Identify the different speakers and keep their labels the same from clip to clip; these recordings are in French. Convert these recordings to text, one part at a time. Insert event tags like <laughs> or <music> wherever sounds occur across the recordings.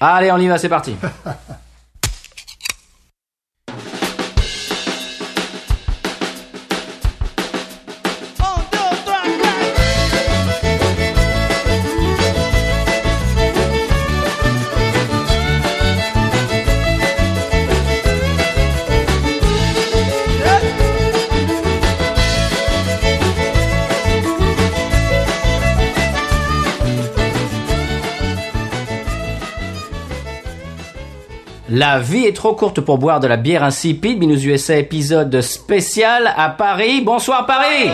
Speaker 1: Allez, on y va, c'est
Speaker 2: <laughs>
Speaker 1: parti. La vie est trop courte pour boire de la bière insipide. Minus USA épisode spécial à Paris. Bonsoir Paris.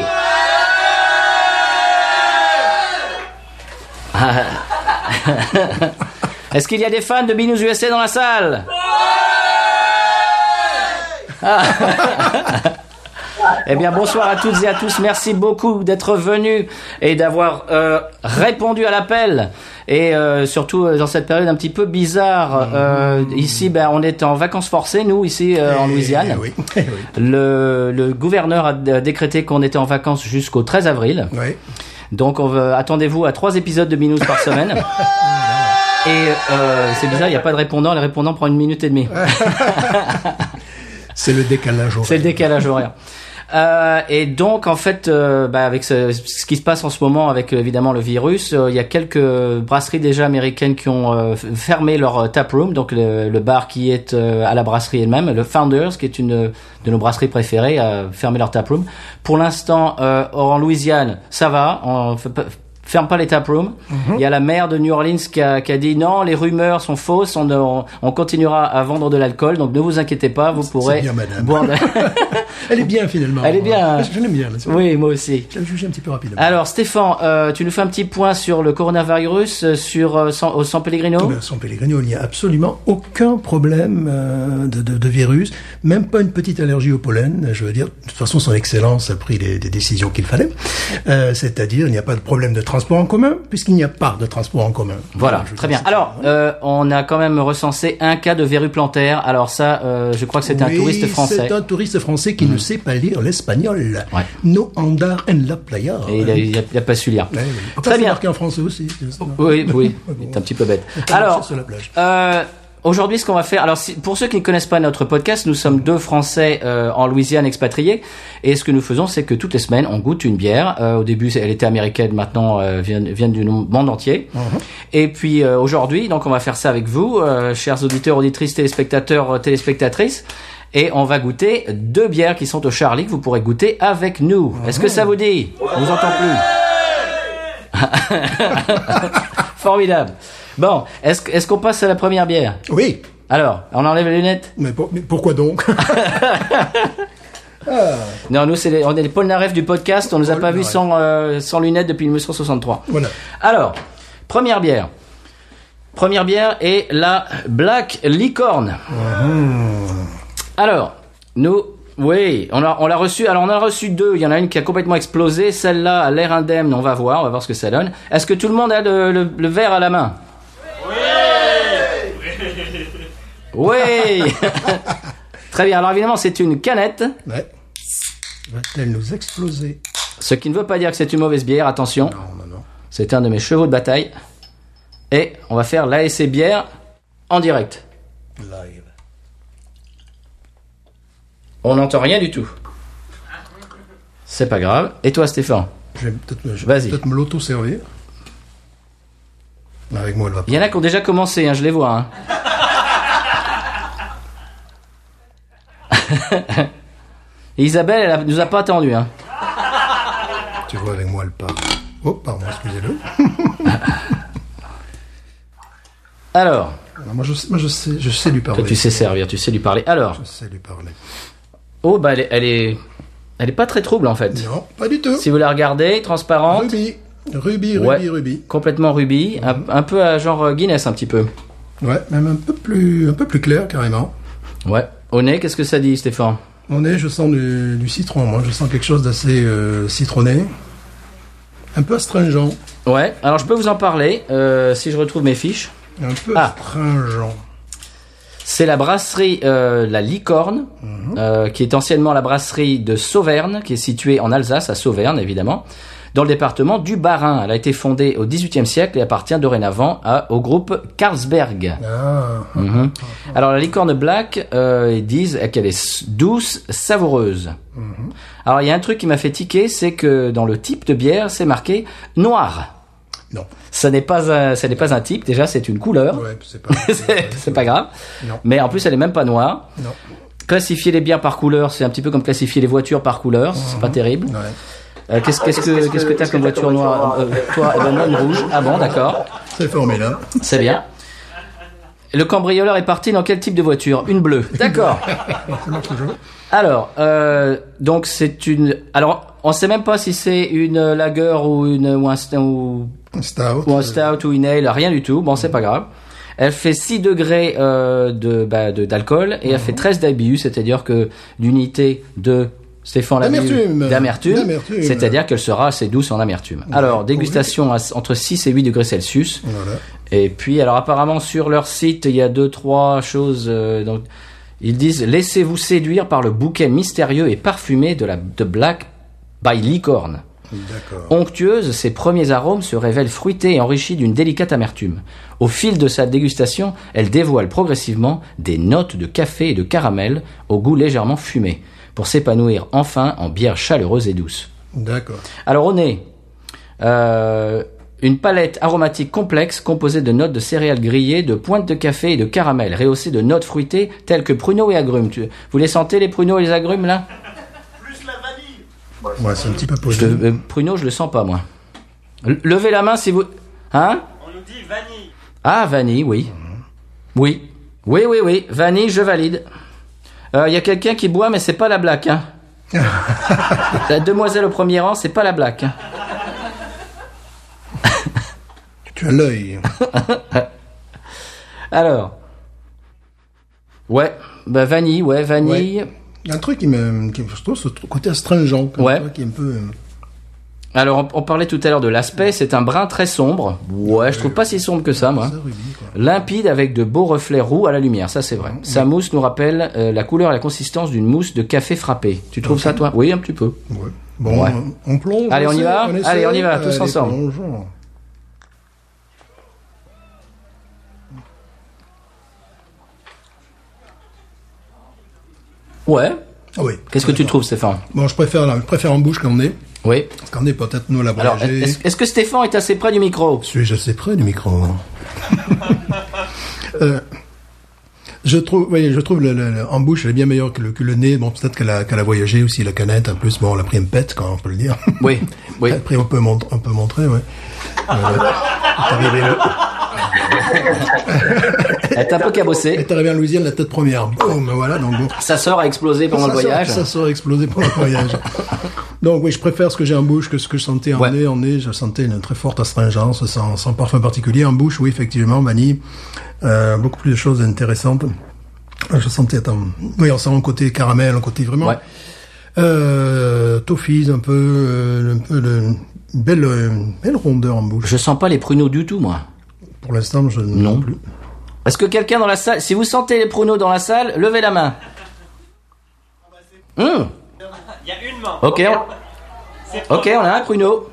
Speaker 1: Ah. Est-ce qu'il y a des fans de Binous USA dans la salle Ah. <laughs> Eh bien, bonsoir à toutes et à tous. Merci beaucoup d'être venus et d'avoir euh, répondu à l'appel. Et euh, surtout euh, dans cette période un petit peu bizarre. euh, Ici, ben, on est en vacances forcées, nous, ici euh, en
Speaker 2: Mm-hmm. Eh,
Speaker 1: Louisiane.
Speaker 2: eh oui, <laughs> eh oui.
Speaker 1: Le, le gouverneur a d- décrété qu'on était en vacances jusqu'au 13 avril.
Speaker 2: Oui.
Speaker 1: Donc on veut- attendez-vous à trois épisodes de Binous par semaine. Et euh, c'est bizarre, il n'y a pas de répondant. Les répondants prend une minute et demie.
Speaker 2: C'est le décalage horaire.
Speaker 1: C'est le décalage horaire. Euh, et donc en fait, euh, bah, avec ce, ce qui se passe en ce moment, avec euh, évidemment le virus, euh, il y a quelques brasseries déjà américaines qui ont euh, f- fermé leur euh, tap room, donc le, le bar qui est euh, à la brasserie elle-même, le Founders, qui est une euh, de nos brasseries préférées, a fermé leur tap room. Pour l'instant, euh, en Louisiane, ça va, on fait pas- ferme pas les tap rooms.
Speaker 2: Mhm.
Speaker 1: Il y a la maire de New Orleans qui a, qui a dit non, les rumeurs sont fausses, on, on, on continuera à vendre de l'alcool, donc ne vous inquiétez pas, vous pourrez
Speaker 2: bien, madame.
Speaker 1: boire.
Speaker 2: <laughs>
Speaker 1: de-
Speaker 2: Elle est bien finalement.
Speaker 1: Elle est bien. hein.
Speaker 2: Je l'aime bien. là, c'est-
Speaker 1: oui, moi aussi.
Speaker 2: Je l'ai jugé un petit peu rapidement.
Speaker 1: Alors Stéphane, euh, tu nous fais un petit point sur le coronavirus, euh, sur euh, San- au San Pellegrino
Speaker 2: Ben, San Pellegrino, il n'y a absolument aucun problème euh, de, de- de virus, même pas une petite allergie au pollen. Je veux dire, de toute façon, son Excellence a pris les, des décisions qu'il fallait. Euh, C'est-à-dire, il n'y a pas de problème de transport en commun, puisqu'il n'y a pas de transport en commun.
Speaker 1: Voilà,
Speaker 2: Je veux
Speaker 1: très
Speaker 2: dire,
Speaker 1: bien.
Speaker 2: c'est-
Speaker 1: Alors, euh, on a quand même recensé un cas de verrue plantaire. Alors ça, euh, je crois que c'était un
Speaker 2: Oui,
Speaker 1: touriste français. Mm.
Speaker 2: C'est un touriste français qui ne sait pas lire l'espagnol.
Speaker 1: Ouais.
Speaker 2: No andar en la playa.
Speaker 1: Et il a, il a- il a pas su lire.
Speaker 2: Ouais, ouais. Pourquoi
Speaker 1: Très
Speaker 2: c'est
Speaker 1: bien. Oh,
Speaker 2: marqué en français aussi. c'est-
Speaker 1: Oui,
Speaker 2: <laughs>
Speaker 1: oui, il est un petit peu bête.
Speaker 2: On peut marcher
Speaker 1: Alors,
Speaker 2: sur la plage.
Speaker 1: euh, aujourd'hui, ce qu'on va faire, alors si- pour ceux qui ne connaissent pas notre podcast, nous sommes deux Français euh, en Louisiane expatriés, et ce que nous faisons, c'est que toutes les semaines, on goûte une bière. Euh, au début, c'est- elle était américaine, maintenant euh, vient, vient du monde entier. Et puis euh, aujourd'hui, donc on va faire ça avec vous, euh, chers auditeurs, auditrices, téléspectateurs, euh, téléspectatrices. Et on va goûter deux bières qui sont au Charlie que vous pourrez goûter avec nous. Est-ce que ça vous dit Je vous entends plus. Formidable. Bon, est-ce que- est-ce qu'on passe à la première bière
Speaker 2: Oui,
Speaker 1: Alors, on enlève les lunettes
Speaker 2: mais, pour- mais pourquoi donc <laughs>
Speaker 1: Non, nous, c'est les- on est les Paul Naref du podcast. On nous a
Speaker 2: Paul
Speaker 1: pas vu
Speaker 2: Naref.
Speaker 1: sans, euh, sans lunettes depuis 1963.
Speaker 2: Voilà.
Speaker 1: Alors, première bière. Première bière est la Black Licorne.
Speaker 2: Uh-huh.
Speaker 1: Alors, nous, oui, on, a, on l'a reçu. Alors, on a reçu deux. Il y en a une qui a complètement explosé. Celle-là a l'air indemne. On va voir, on va voir ce que ça donne. Est-ce que tout le monde a le, le- le verre à la main Oui Oui <laughs> Très bien. Alors, évidemment, c'est une canette.
Speaker 2: Ouais. Va-t-elle nous exploser
Speaker 1: Ce qui ne veut pas dire que c'est une mauvaise bière. Attention.
Speaker 2: Non, non, non.
Speaker 1: C'est un de mes chevaux de bataille. Et on va faire l'ASC bière en direct.
Speaker 2: Live.
Speaker 1: On n'entend rien du tout. C'est pas grave. Et toi, Stéphane
Speaker 2: Je vais peut-être je
Speaker 1: Vas-y.
Speaker 2: vais peut-être me l'auto-servir. Mais Avec moi, elle va pas.
Speaker 1: Il y en a qui ont déjà commencé, hein, je les vois. hein. <laughs> Isabelle, elle a- nous a pas attendu. Hein.
Speaker 2: Tu vois, avec moi, elle part. Oh, pardon, excusez-le.
Speaker 1: Alors,
Speaker 2: Alors, moi, je, sais- moi, je sais, je sais lui parler.
Speaker 1: toi, tu sais servir, tu sais lui parler. Alors,
Speaker 2: Je sais lui parler.
Speaker 1: oh, bah, elle est, elle est, elle est pas très trouble en fait.
Speaker 2: Non, pas du tout.
Speaker 1: Si vous la regardez, transparente,
Speaker 2: Ruby. Ruby, Ruby,
Speaker 1: Ouais.
Speaker 2: Ruby.
Speaker 1: complètement rubis, un, un peu à genre euh, Guinness un petit peu.
Speaker 2: Ouais, même un peu plus, un peu plus clair, carrément.
Speaker 1: Ouais. Au nez, qu'est-ce que ça dit, Stéphane
Speaker 2: On est, je sens du, du citron, moi. Je sens quelque chose d'assez euh, citronné. Un peu astringent.
Speaker 1: Ouais. Alors, je peux vous en parler euh, si je retrouve mes fiches.
Speaker 2: Un peu
Speaker 1: Ah.
Speaker 2: astringent.
Speaker 1: C'est la brasserie euh, La Licorne, euh, qui est anciennement la brasserie de Sauverne, qui est située en Alsace, à Sauverne, évidemment. dans le département du Bas-Rhin. Elle a été fondée au XVIIIe siècle et appartient dorénavant à- au groupe Carlsberg.
Speaker 2: Ah.
Speaker 1: Mhm. Alors la licorne black, euh, ils disent qu'elle est s- douce, savoureuse. Mhm. Alors il y a un truc qui m'a fait tiquer, c'est que dans le type de bière, c'est marqué noir.
Speaker 2: Non.
Speaker 1: Ça n'est pas un, ça n'est pas un type. Déjà, c'est une couleur.
Speaker 2: Ouais, c'est pas.
Speaker 1: <laughs> c'est c'est pas grave.
Speaker 2: Non.
Speaker 1: Mais en plus, elle est même pas noire.
Speaker 2: Non.
Speaker 1: Classifier les bières par couleur, c'est un petit peu comme classifier les voitures par couleur. C'est pas terrible.
Speaker 2: Ouais.
Speaker 1: Euh, qu'est-ce Mhm. qu'est-ce que qu'est-ce que t'as comme voiture noire euh, Toi, eh ben, moi, une rouge. Ah bon, d'accord. <laughs>
Speaker 2: C'est formidable.
Speaker 1: C'est bien. Le cambrioleur est parti dans quel type de voiture Une bleue. D'accord.
Speaker 2: Ça marche toujours.
Speaker 1: Alors, euh, donc c'est une. Alors, on sait même pas si c'est une lager ou une ou un, st- ou,
Speaker 2: Stout.
Speaker 1: ou un stout ou une ale, rien du tout. Bon, c'est pas grave. Elle fait 6 degrés euh, de bah, de- d'alcool et elle
Speaker 2: Mhm.
Speaker 1: fait 13 d'ABU, c'est-à-dire que l'unité de Stéphane Labieu
Speaker 2: D'amertume.
Speaker 1: d'amertume,
Speaker 2: D'amertume.
Speaker 1: c'est-à-dire qu'elle sera assez douce en amertume. Alors, dégustation à- entre 6 et 8 degrés Celsius.
Speaker 2: Voilà.
Speaker 1: Et puis, alors apparemment sur leur site, il y a deux trois choses. euh, donc, ils disent laissez-vous séduire par le bouquet mystérieux et parfumé de la de Black by Licorne.
Speaker 2: D'accord.
Speaker 1: Onctueuse, ses premiers arômes se révèlent fruités et enrichis d'une délicate amertume. Au fil de sa dégustation, elle dévoile progressivement des notes de café et de caramel au goût légèrement fumé, pour s'épanouir enfin en bière chaleureuse et douce.
Speaker 2: D'accord.
Speaker 1: Alors au nez, euh, une palette aromatique complexe composée de notes de céréales grillées, de pointes de café et de caramel, rehaussées de notes fruitées telles que pruneaux et agrumes. Tu- vous les sentez les pruneaux et les agrumes là
Speaker 2: Moi, c'est un petit peu
Speaker 1: je,
Speaker 2: possible.
Speaker 1: euh, Pruneaux, je le sens pas moi. Le- levez la main si vous, hein
Speaker 3: On nous dit vanille.
Speaker 1: Ah vanille, oui, oui, oui, oui, oui, vanille, je valide. Il y a quelqu'un qui boit, mais c'est pas la blague. <laughs> Hein. la demoiselle au premier rang, c'est pas la blague. hein.
Speaker 2: Tu as l'œil.
Speaker 1: Alors. Ouais, bah vanille, ouais, vanille.
Speaker 2: Il y a un truc qui me, qui, je trouve, ce tr- côté astringent, comme
Speaker 1: Ouais.
Speaker 2: ça, qui est un peu. euh,
Speaker 1: Alors, on, on parlait tout à l'heure de l'aspect, c'est un brun très sombre. Ouais, je trouve pas si sombre que ça, moi.
Speaker 2: Ça, Ruby, quoi.
Speaker 1: Limpide avec de beaux reflets roux à la lumière, ça c'est vrai. Sa mousse nous rappelle euh, la couleur et la consistance d'une mousse de café frappé. Tu trouves ça toi Oui, un petit peu.
Speaker 2: Ouais. Bon,
Speaker 1: Ouais.
Speaker 2: on- on plonge.
Speaker 1: Allez, on y
Speaker 2: essaie,
Speaker 1: va
Speaker 2: essaie.
Speaker 1: Allez, on y va, tous
Speaker 2: Allez,
Speaker 1: ensemble.
Speaker 2: plongeons.
Speaker 1: Ouais.
Speaker 2: Ah oui.
Speaker 1: Qu'est-ce que tu trouves, Stéphane
Speaker 2: Bon, je préfère, la- je préfère en bouche qu'en nez.
Speaker 1: Oui.
Speaker 2: Parce qu'en nez, peut-être nous
Speaker 1: Alors,
Speaker 2: l'abrégé.
Speaker 1: est-ce est-ce que Stéphane est assez près du micro
Speaker 2: Suis-je assez près du micro <laughs> Euh, Je trouve, oui, je trouve le, le- le- en bouche, elle est bien meilleure que le, que le nez. Bon, peut-être qu'elle a, qu'elle a voyagé aussi, la canette. En plus, bon, elle a pris une pète, quand on peut le dire.
Speaker 1: Oui, oui.
Speaker 2: <laughs> Après, on peut, mont- on peut montrer, <laughs> ouais. Euh, t'es arrivé-
Speaker 1: Elle est un peu cabossée. <laughs>
Speaker 2: t'es arrivé en Louisiane, la tête première. Boum, voilà, donc bon.
Speaker 1: Sa sœur a explosé pendant le
Speaker 2: ça
Speaker 1: voyage.
Speaker 2: Sort, ça sort explosé pendant le
Speaker 1: <laughs>
Speaker 2: voyage. Donc oui, je préfère ce que j'ai en bouche que ce que je sentais en
Speaker 1: Ouais.
Speaker 2: nez. En nez, je sentais une très forte astringence, sans, sans parfum particulier. En bouche, oui, effectivement, vanille. Euh, beaucoup plus de choses intéressantes. Je sentais, attends, oui, on sent un côté caramel, un côté vraiment.
Speaker 1: Ouais.
Speaker 2: Euh, toffees, un peu, euh, un peu de une belle, euh, une belle rondeur en bouche.
Speaker 1: Je sens pas les pruneaux du tout, moi.
Speaker 2: Pour l'instant, je non plus.
Speaker 1: Est-ce que quelqu'un dans la salle, si vous sentez les pronos dans la salle, levez la main. Hum,
Speaker 3: Il y a une main.
Speaker 1: ok, on...
Speaker 3: C'est pas
Speaker 1: ok, on a un pruneau.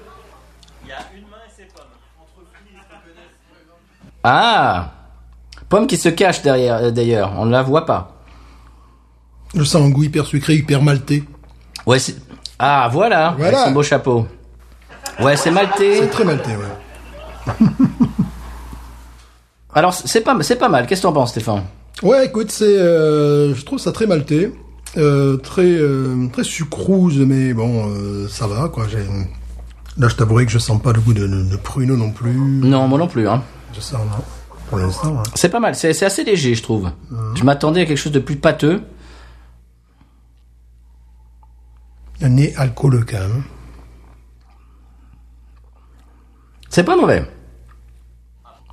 Speaker 3: Il y a une main et c'est pomme. Entre filles, ils connaissent.
Speaker 1: Ah, pomme qui se cache derrière, euh, d'ailleurs, on ne la voit pas.
Speaker 2: Je sens un goût hyper sucré, hyper maltais.
Speaker 1: Ouais, c'est- ah voilà,
Speaker 2: Voilà.
Speaker 1: avec son beau chapeau. Ouais, c'est maltais.
Speaker 2: C'est très maltais, ouais.
Speaker 1: Alors c'est pas, c'est pas mal. Qu'est-ce que t'en penses, Stéphane
Speaker 2: Ouais, écoute, c'est, euh, je trouve ça très maltais, euh, très, euh, très sucrose, mais bon, euh, ça va, quoi. J'ai... Là, je t'avouerai que je sens pas le goût de, de, de pruneau non plus.
Speaker 1: Non, moi non plus. Hein.
Speaker 2: Je sens, non, pour l'instant. hein.
Speaker 1: C'est pas mal. C'est, c'est assez léger, je trouve.
Speaker 2: Mhm.
Speaker 1: Je m'attendais à quelque chose de plus pâteux.
Speaker 2: Un nez hein. alcooleux, quand même.
Speaker 1: C'est pas mauvais.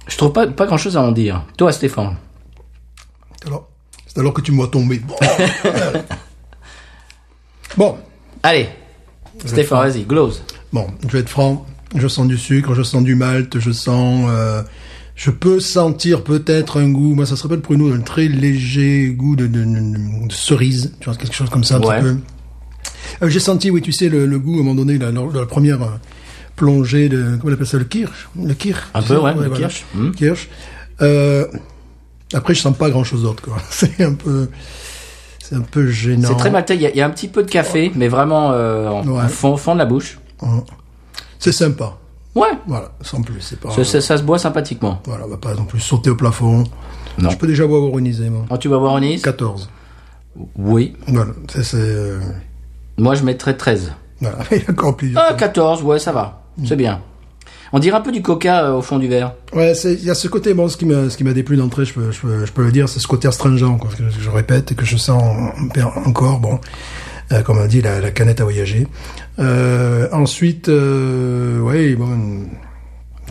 Speaker 1: Je trouve pas, pas grand-chose à en dire. Toi, Stéphane.
Speaker 2: Alors, c'est alors que tu me vois tomber. Bon. bon,
Speaker 1: Allez, Stéphane, vas-y, glose.
Speaker 2: Bon, je vais être franc. Je sens du sucre, je sens du malt, je sens. euh, je peux sentir peut-être un goût. Moi, ça se rappelle pour nous un très léger goût de, de- de- de cerise. Tu vois, quelque chose comme ça un
Speaker 1: Ouais.
Speaker 2: petit peu. Euh, J'ai senti, oui, tu sais, le, le goût à un moment donné, la, la- la première. euh, plongée de comment on appelle ça le kirsch, le kirsch.
Speaker 1: Un
Speaker 2: c'est
Speaker 1: peu,
Speaker 2: ça
Speaker 1: ouais, le
Speaker 2: voilà.
Speaker 1: kirsch. Mhm.
Speaker 2: Kirsch. Euh, après, je sens pas grand chose d'autre, quoi. <laughs> C'est un peu, c'est un peu gênant.
Speaker 1: C'est très maltais. Il y, a- il y a un petit peu de café, mais vraiment euh, en,
Speaker 2: Ouais.
Speaker 1: en fond, fond de la bouche.
Speaker 2: Hein. C'est sympa.
Speaker 1: Ouais.
Speaker 2: Voilà, sans plus. C'est pas.
Speaker 1: Ça, ça- ça se boit sympathiquement.
Speaker 2: Voilà, on va pas non plus sauter au plafond.
Speaker 1: Non.
Speaker 2: Je peux déjà boire ironisé, moi.
Speaker 1: Quand Oh, tu vas voir Nice
Speaker 2: 14.
Speaker 1: Oui.
Speaker 2: Voilà, ça c'est. euh,
Speaker 1: Moi, je mettrais 13.
Speaker 2: Voilà, <laughs> il y a encore plus.
Speaker 1: Ah, 14, ouais, ça va.
Speaker 2: Mm.
Speaker 1: C'est bien. On dirait un peu du coca euh, au fond du verre.
Speaker 2: Ouais, c'est- il y a ce côté, bon, ce qui m'a, ce qui m'a déplu d'entrée, je peux, je peux, je peux le dire, c'est ce côté astringent, quoi, que je répète et que je sens en- en- encore, bon, euh, comme on dit, la, la canette à voyager. Euh, ensuite, euh, ouais, bon, une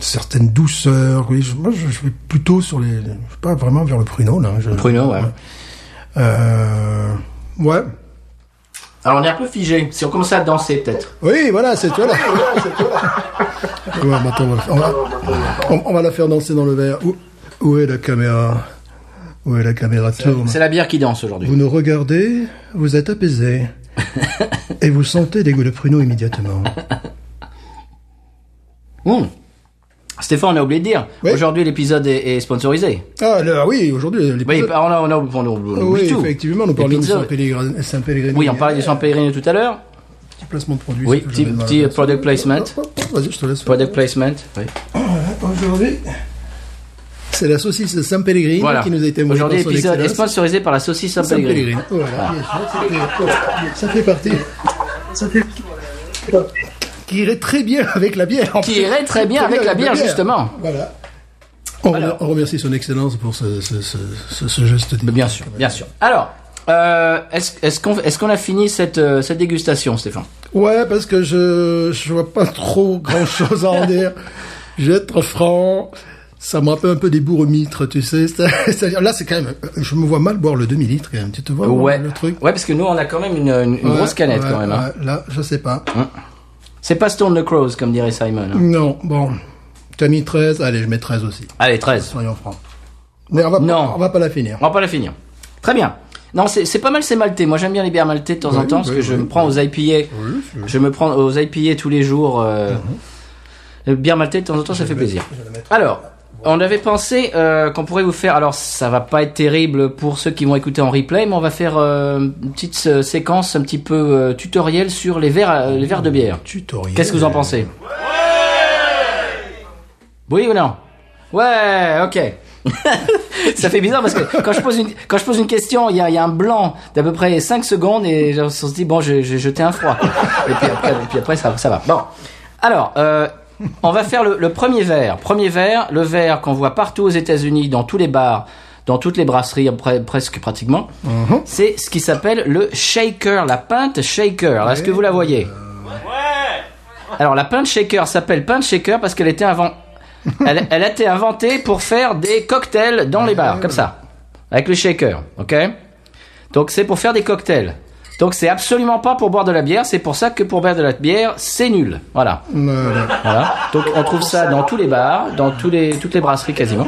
Speaker 2: certaine douceur, oui, je, moi, je, je vais plutôt sur les, je sais pas vraiment vers le pruneau, là. Je,
Speaker 1: Pruneau, ouais.
Speaker 2: Euh, ouais.
Speaker 1: Alors, on est un peu figé. Si on commençait à danser, peut-être.
Speaker 2: Oui, voilà, c'est toi là. <laughs> Ouais, maintenant, on, va, on, va, on- on va la faire danser dans le verre. Où, où est la caméra Où est la caméra tourne
Speaker 1: C'est la bière qui danse aujourd'hui.
Speaker 2: Vous nous regardez, vous êtes
Speaker 1: <laughs>
Speaker 2: apaisé. et vous sentez des goûts de pruneau immédiatement.
Speaker 1: Mmh. Stéphane, on a oublié de dire.
Speaker 2: Mm. Oui.
Speaker 1: Aujourd'hui, l'épisode est, est sponsorisé.
Speaker 2: Ah là, oui, aujourd'hui, les
Speaker 1: Oui, on a, on a, on oublie
Speaker 2: oui,
Speaker 1: tout.
Speaker 2: effectivement, nous parlons de
Speaker 1: L'épisode-
Speaker 2: Saint-Pellegrino. Saint-Pellegrino.
Speaker 1: Oui, on parlait du San Pellegrino tout à l'heure.
Speaker 2: Petit placement de produit.
Speaker 1: Oui,
Speaker 2: c'est ce que
Speaker 1: petit-
Speaker 2: j'avais dans la
Speaker 1: petit
Speaker 2: tête.
Speaker 1: product placement.
Speaker 2: Hop, hop, hop, Vas-y, je te laisse.
Speaker 1: Product placement. Oui.
Speaker 2: Aujourd'hui, c'est la saucisse de Saint-Pellegrino
Speaker 1: Voilà.
Speaker 2: qui nous a été mangée
Speaker 1: Aujourd'hui,
Speaker 2: par son
Speaker 1: l'épisode est
Speaker 2: Excellence.
Speaker 1: sponsorisé par la saucisse San Pellegrino.
Speaker 2: Saint-Pellegrino.
Speaker 1: Ah.
Speaker 2: Voilà, bien sûr, c'était- euh, oh, ça fait partie. Ça fait qui irait très bien avec la bière. en
Speaker 1: Qui
Speaker 2: fait.
Speaker 1: irait très bien avec la bière, justement.
Speaker 2: Voilà. On, remer- on remercie son excellence pour ce, ce- ce- ce- ce geste.
Speaker 1: Mais Bien sûr, bien sûr. Alors, euh, est-ce est-ce qu'on est-ce qu'on a fini cette, euh, cette dégustation, Stéphane
Speaker 2: Ouais, parce que je je vois pas trop grand
Speaker 1: <laughs>
Speaker 2: chose à en dire. Je vais être franc. Ça me rappelle un peu des bourre-mitres, tu sais. C'est- C'est-à-dire, là, c'est quand même, je me vois mal boire le demi-litre, quand même. Tu te vois,
Speaker 1: Ouais.
Speaker 2: le truc?
Speaker 1: Ouais, parce que nous, on a quand même une, une- une
Speaker 2: Ouais,
Speaker 1: grosse canette,
Speaker 2: ouais,
Speaker 1: quand même. hein.
Speaker 2: ouais, là, je sais pas.
Speaker 1: C'est pas Stone the Crows, comme dirait Simon. hein.
Speaker 2: Non, bon. T'as mis 13, allez, je mets 13 aussi.
Speaker 1: Allez, 13.
Speaker 2: Soyons francs. Mais on va,
Speaker 1: Non.
Speaker 2: Pas, on va pas la finir.
Speaker 1: On va pas la finir. Très bien. Non, c'est c'est pas mal ces maltais. Moi, j'aime bien les bières maltais de temps en
Speaker 2: Oui,
Speaker 1: temps, parce
Speaker 2: oui,
Speaker 1: que je
Speaker 2: oui,
Speaker 1: me prends aux IPA.
Speaker 2: Mm-hmm.
Speaker 1: Je me prends aux IPA tous les jours. Euh, les bières maltais de temps en temps, ça fait plaisir. Alors, on avait pensé euh, qu'on pourrait vous faire. Alors, ça va pas être terrible pour ceux qui vont écouter en replay, mais on va faire euh, une petite euh, séquence, un petit peu euh, tutoriel sur les verres, à- les verres de bière.
Speaker 2: Tutoriel.
Speaker 1: Qu'est-ce que vous en pensez Oui ou non Ouais, ok. ça fait bizarre parce que quand je pose une, quand je pose une question, il y a, il y a un blanc d'à peu près 5 secondes et on se dit, bon, j'ai j'ai jeté un froid. Et puis après, et puis après, ça, ça va. Bon. Alors, euh, on va faire le, le premier verre. Premier verre, le verre qu'on voit partout aux États-Unis, dans tous les bars, dans toutes les brasseries, pre- presque pratiquement.
Speaker 2: Mhm.
Speaker 1: C'est ce qui s'appelle le shaker, la pinte shaker. Est-ce que vous la voyez
Speaker 3: Ouais
Speaker 1: alors la pinte shaker s'appelle pinte shaker parce qu'elle était avant... elle, elle a été inventée pour faire des cocktails dans les bars, comme ça, avec le shaker, ok Donc c'est pour faire des cocktails. Donc c'est absolument pas pour boire de la bière. C'est pour ça que pour boire de la bière, c'est nul. Voilà.
Speaker 2: Voilà.
Speaker 1: Voilà. Donc on trouve ça dans tous les bars, dans tous les, toutes les brasseries quasiment.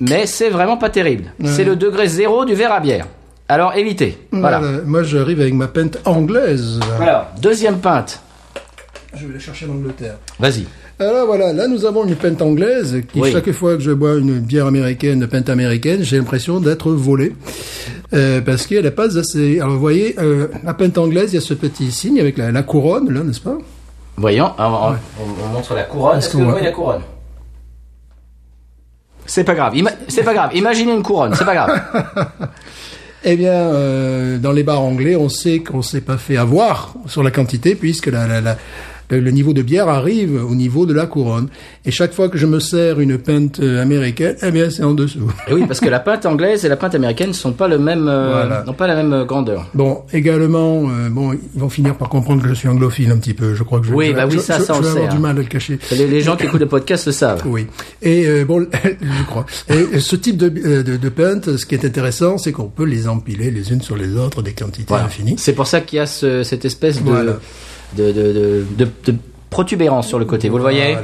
Speaker 1: Mais c'est vraiment pas terrible. C'est le degré zéro du verre à bière. Alors évitez. Voilà.
Speaker 2: Voilà. Moi, j'arrive avec ma pente anglaise.
Speaker 1: Alors deuxième pinte.
Speaker 2: Je vais la chercher en Angleterre.
Speaker 1: Vas-y.
Speaker 2: Alors voilà, là nous avons une pinte anglaise qui
Speaker 1: Oui.
Speaker 2: chaque fois que je bois une bière américaine, une pinte américaine, j'ai l'impression d'être volé euh, parce qu'elle n'est pas assez. Alors vous voyez, euh, la pinte anglaise, il y a ce petit signe avec la, la couronne là, n'est-ce pas
Speaker 1: Voyons, on, on- on- on montre la couronne.
Speaker 2: Est-ce
Speaker 1: Est-ce que
Speaker 2: qu'on
Speaker 1: vous
Speaker 2: voit
Speaker 1: voyez la couronne C'est pas grave. ima- C'est pas grave. Imaginez une couronne. C'est pas grave.
Speaker 2: Eh bien, euh, dans les bars anglais, on sait qu'on s'est pas fait avoir sur la quantité puisque la, la- la- le, le niveau de bière arrive au niveau de la couronne. Et chaque fois que je me sers une pinte euh, américaine, eh bien c'est en dessous. <laughs>
Speaker 1: Et oui, parce que la pinte anglaise et la pinte américaine sont pas le même, euh,
Speaker 2: Voilà.
Speaker 1: n'ont pas la même euh, grandeur.
Speaker 2: Bon, également, euh, bon, ils vont finir par comprendre que je suis anglophile un petit peu. Je crois que je,
Speaker 1: Oui,
Speaker 2: je-
Speaker 1: bah oui,
Speaker 2: je-
Speaker 1: ça,
Speaker 2: je-
Speaker 1: ça,
Speaker 2: je
Speaker 1: on
Speaker 2: vais
Speaker 1: le
Speaker 2: avoir
Speaker 1: sait,
Speaker 2: du
Speaker 1: hein.
Speaker 2: mal à le cacher.
Speaker 1: Les, les gens qui écoutent le podcast le savent.
Speaker 2: Oui. Et euh, bon, <laughs> je crois. Et ce type de, euh, de, de pinte, ce qui est intéressant, c'est qu'on peut les empiler les unes sur les autres des quantités
Speaker 1: Voilà.
Speaker 2: infinies.
Speaker 1: C'est pour ça qu'il y a ce- cette espèce de,
Speaker 2: Voilà.
Speaker 1: de, de, de- de- de protubérance sur le côté. Vous le voyez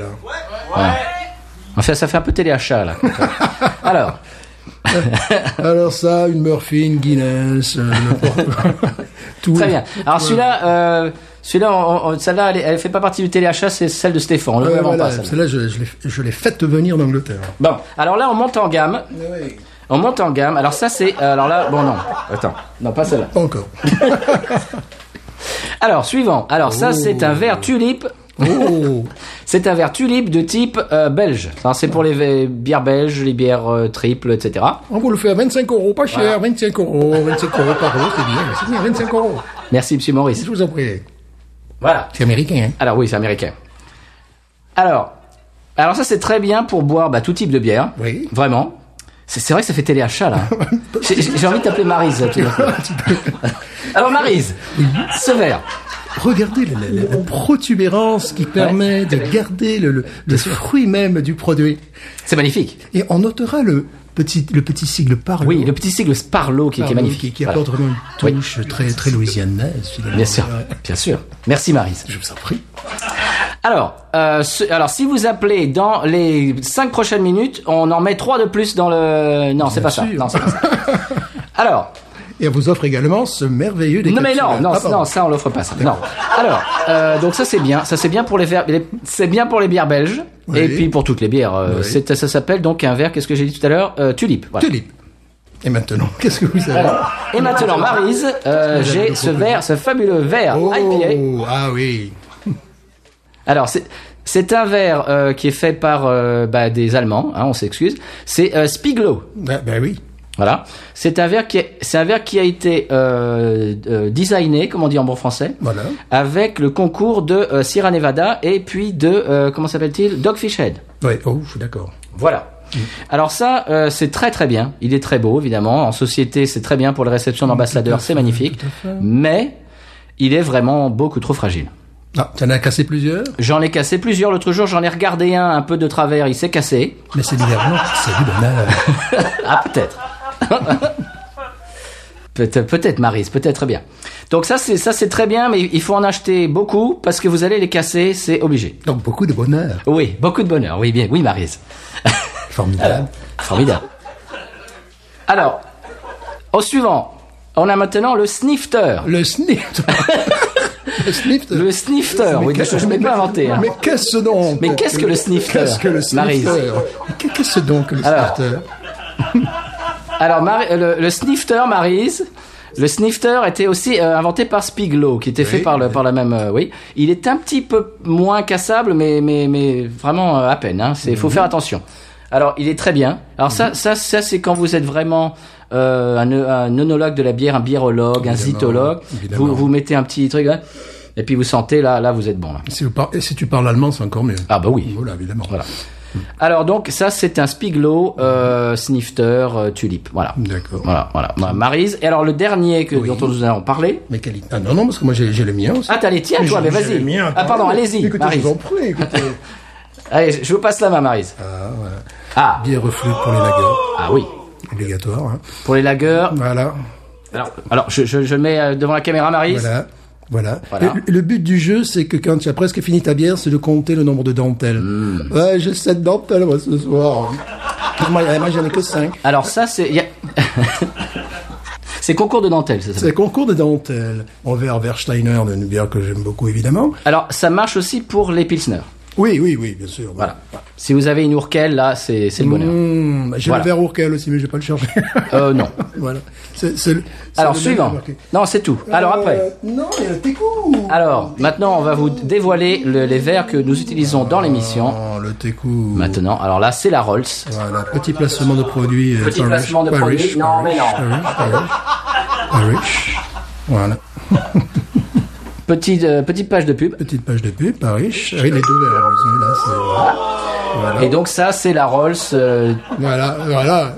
Speaker 2: Voilà.
Speaker 3: Ouais
Speaker 2: <laughs>
Speaker 1: Enfin, ça fait un peu téléachat là. comme ça. Alors,
Speaker 2: Alors ça, une Murphy, une Guinness, euh, n'importe quoi. Tout.
Speaker 1: <laughs> Très bien. Alors
Speaker 2: Ouais.
Speaker 1: celui-là, euh, celui-là, on- on- celle-là, elle, est- elle fait pas partie du téléachat, c'est celle de Stéphane. On ne
Speaker 2: Ouais,
Speaker 1: la vend
Speaker 2: voilà,
Speaker 1: pas. celle-là.
Speaker 2: celle-là, je, je l'ai- je l'ai faite venir d'Angleterre.
Speaker 1: Bon, alors là, on monte en gamme. On monte en gamme. Alors ça, c'est. euh, alors là, bon non. Attends. Non, pas celle-là.
Speaker 2: Pas encore.
Speaker 1: Alors suivant. Alors ça, c'est un verre tulipe.
Speaker 2: Oh,
Speaker 1: C'est un verre tulipe de type euh, belge. Ça, C'est pour les ve- bières belges, les bières euh, triples, etc.
Speaker 2: on vous le fait à 25 euros, pas cher, 25 euros, 25 euros par euro, c'est bien, c'est bien, 25 euros.
Speaker 1: Merci, Monsieur Maurice.
Speaker 2: Je vous en prie.
Speaker 1: Voilà. <laughs>
Speaker 2: C'est américain, hein
Speaker 1: Alors oui, c'est américain. Alors, alors ça c'est très bien pour boire bah, tout type de bière.
Speaker 2: Oui.
Speaker 1: Vraiment. C'est c'est vrai que ça fait téléachat là. J'ai j'ai envie de t'appeler Marise. là, tout d'un coup.
Speaker 2: <laughs>
Speaker 1: Alors Marise, ce verre.
Speaker 2: Regardez la, la- la protubérance qui permet de garder le, le, le fruit même du produit.
Speaker 1: C'est magnifique.
Speaker 2: Et on notera le petit, le petit sigle par
Speaker 1: Oui, le petit sigle Sparlow qui, qui est magnifique.
Speaker 2: Qui, qui
Speaker 1: Voilà.
Speaker 2: apporte vraiment une touche très, très louisianaise, finalement.
Speaker 1: Bien sûr,
Speaker 2: Ouais.
Speaker 1: bien sûr. Merci
Speaker 2: <laughs>
Speaker 1: Marise.
Speaker 2: Je vous en prie.
Speaker 1: Alors, euh, ce- alors si vous appelez dans les cinq prochaines minutes, on en met trois de plus dans le. Non, c'est pas ça.
Speaker 2: sûr.
Speaker 1: Non, c'est pas ça.
Speaker 2: <laughs>
Speaker 1: Alors,
Speaker 2: Et on vous offre également ce merveilleux
Speaker 1: Non mais
Speaker 2: décapsuleur.
Speaker 1: non, non,
Speaker 2: Ah, pardon.
Speaker 1: non, ça on l'offre pas. Ça. Non. Alors, euh, donc ça c'est bien, ça c'est bien pour les, ver- les- c'est bien pour les bières belges
Speaker 2: Oui.
Speaker 1: et puis pour toutes les bières. euh,
Speaker 2: Oui.
Speaker 1: c'est- ça s'appelle donc un verre. Qu'est-ce que j'ai dit tout à l'heure Euh, Tulipe. voilà.
Speaker 2: Tulipe. Et maintenant, <laughs> qu'est-ce que vous avez
Speaker 1: Alors, et maintenant
Speaker 2: Ah,
Speaker 1: Marise, euh,
Speaker 2: Qu'est-ce que vous
Speaker 1: j'ai
Speaker 2: avez
Speaker 1: ce
Speaker 2: proposé
Speaker 1: verre, ce fabuleux verre IPA.
Speaker 2: Oh, ah oui.
Speaker 1: Alors c'est c'est un verre euh, qui est fait par euh, bah, des Allemands, hein, on s'excuse. C'est euh, Spiglo.
Speaker 2: Ben, ben oui.
Speaker 1: Voilà. C'est un verre qui est- c'est un verre qui a été euh, euh, designé, comme on dit en bon français.
Speaker 2: Voilà.
Speaker 1: avec le concours de euh, Sierra Nevada et puis de euh, comment s'appelle-t-il Dogfish Head.
Speaker 2: Oui, oh, je suis d'accord.
Speaker 1: Voilà. Alors ça, euh, c'est très très bien. Il est très beau, évidemment. En société, c'est très bien pour les réceptions d'ambassadeurs, c'est magnifique. Mais il est vraiment beaucoup trop fragile.
Speaker 2: Ah, tu en as cassé plusieurs,
Speaker 1: J'en ai cassé plusieurs l'autre jour. J'en ai regardé un un peu de travers. Il s'est cassé.
Speaker 2: mais c'est bizarrement, c'est du banal.
Speaker 1: Ah peut-être. <laughs> Peut-être, peut-être, Marise, peut-être bien. Donc ça, c'est ça, c'est très bien, mais il faut en acheter beaucoup parce que vous allez les casser, c'est obligé.
Speaker 2: Donc, beaucoup de bonheur.
Speaker 1: Oui, beaucoup de bonheur. Oui, bien, oui, Marise.
Speaker 2: Formidable.
Speaker 1: Formidable. Alors, au suivant, on a maintenant le snifter.
Speaker 2: Le snift. <laughs> le snift.
Speaker 1: Le snifter, oui,
Speaker 2: qu'est-ce-
Speaker 1: je ne l'ai pas inventé. hein.
Speaker 2: Mais qu'est-ce donc
Speaker 1: Mais qu'est-ce que le snifter
Speaker 2: Qu'est-ce que le
Speaker 1: Maryse.
Speaker 2: snifter Qu'est- Qu'est-ce donc le
Speaker 1: Alors.
Speaker 2: snifter
Speaker 1: Alors, Mar- euh, le, le snifter, Marise. Le snifter était aussi euh, inventé par Spiglow, qui était
Speaker 2: Oui.
Speaker 1: fait par, le, par la même. euh, oui, il est un petit peu moins cassable, mais, mais, mais vraiment euh, à peine. hein. C'est, faut
Speaker 2: Mhm.
Speaker 1: faire attention. Alors, il est très bien. Alors ça, ça, ça, c'est quand vous êtes vraiment euh, un, un onologue de la bière, un biérologue, un
Speaker 2: Évidemment,
Speaker 1: zytologue.
Speaker 2: évidemment.
Speaker 1: Vous, vous mettez un petit truc, hein, et puis vous sentez là, là, vous êtes bon. Là.
Speaker 2: si, vous par- et si tu parles allemand, c'est encore mieux.
Speaker 1: Ah bah oui.
Speaker 2: Voilà, évidemment.
Speaker 1: Voilà. Alors donc ça, c'est un Spiglow euh, snifter euh, tulipe. Voilà.
Speaker 2: D'accord.
Speaker 1: Voilà, voilà. Ma- Marise. Et alors le dernier que,
Speaker 2: Oui.
Speaker 1: dont nous allons parler.
Speaker 2: Mais quali- Ah non, non, parce que moi, j'ai j'ai le mien aussi.
Speaker 1: Ah, t'as les tiens,
Speaker 2: Mais
Speaker 1: toi,
Speaker 2: j'ai-
Speaker 1: mais
Speaker 2: j'ai
Speaker 1: vas-y.
Speaker 2: les miens,
Speaker 1: Ah, pardon,
Speaker 2: attendez.
Speaker 1: allez-y,
Speaker 2: Écoutez,
Speaker 1: Maryse.
Speaker 2: je vous en
Speaker 1: <laughs>
Speaker 2: prie, écoutez.
Speaker 1: Allez, je, je vous passe la main, Marise.
Speaker 2: Ah, voilà.
Speaker 1: Ah,
Speaker 2: Bière reflux pour les lagueurs.
Speaker 1: ah oui.
Speaker 2: Obligatoire, hein.
Speaker 1: Pour les lagueurs.
Speaker 2: Voilà.
Speaker 1: Alors, alors je, je, je le mets euh, devant la caméra, Marise.
Speaker 2: Voilà. Voilà.
Speaker 1: Voilà.
Speaker 2: Et Le but du jeu, c'est que quand tu as presque fini ta bière, c'est de compter le nombre de dentelles.
Speaker 1: Hmm.
Speaker 2: Ouais, j'ai sept dentelles, moi, ce soir. moi, euh, moi, j'en ai que cinq.
Speaker 1: Alors ça, c'est. il y a- <laughs> c'est concours de dentelle, ça.
Speaker 2: C'est
Speaker 1: s'appelle.
Speaker 2: le concours de dentelles. En verre Versteiner, une bière que j'aime beaucoup, évidemment.
Speaker 1: Alors ça marche aussi pour les pilsner.
Speaker 2: Oui, oui, oui, bien sûr.
Speaker 1: Voilà. Si vous avez une ourquelle, là, c'est c'est le bonheur.
Speaker 2: Mmh, j'ai
Speaker 1: Voilà.
Speaker 2: le verre Urquell aussi, mais je vais pas le chercher. <laughs>
Speaker 1: Euh, non.
Speaker 2: voilà. C'est, c'est le- c'est
Speaker 1: Alors
Speaker 2: le
Speaker 1: suivant.
Speaker 2: dernier marqué.
Speaker 1: Non, c'est tout. Alors
Speaker 2: Euh,
Speaker 1: après.
Speaker 2: Non, il y a le Técou.
Speaker 1: Alors maintenant, on va vous dévoiler le- les verres que nous utilisons dans l'émission.
Speaker 2: Oh, le Técou.
Speaker 1: Maintenant, alors là, c'est la Rolls.
Speaker 2: Voilà, petit placement de produit. euh,
Speaker 1: Petit
Speaker 2: Parish,
Speaker 1: placement de
Speaker 2: Parish,
Speaker 1: produit. Non, mais
Speaker 2: Parish,
Speaker 1: non.
Speaker 2: Parish, Parish, Parish. Voilà.
Speaker 1: Petite, euh, petite page de pub.
Speaker 2: Petite page de pub, Parish. Ah Oui, les deux verres, vous savez, là, c'est...
Speaker 1: Et donc ça, c'est la Rolls. euh,
Speaker 2: Voilà, voilà.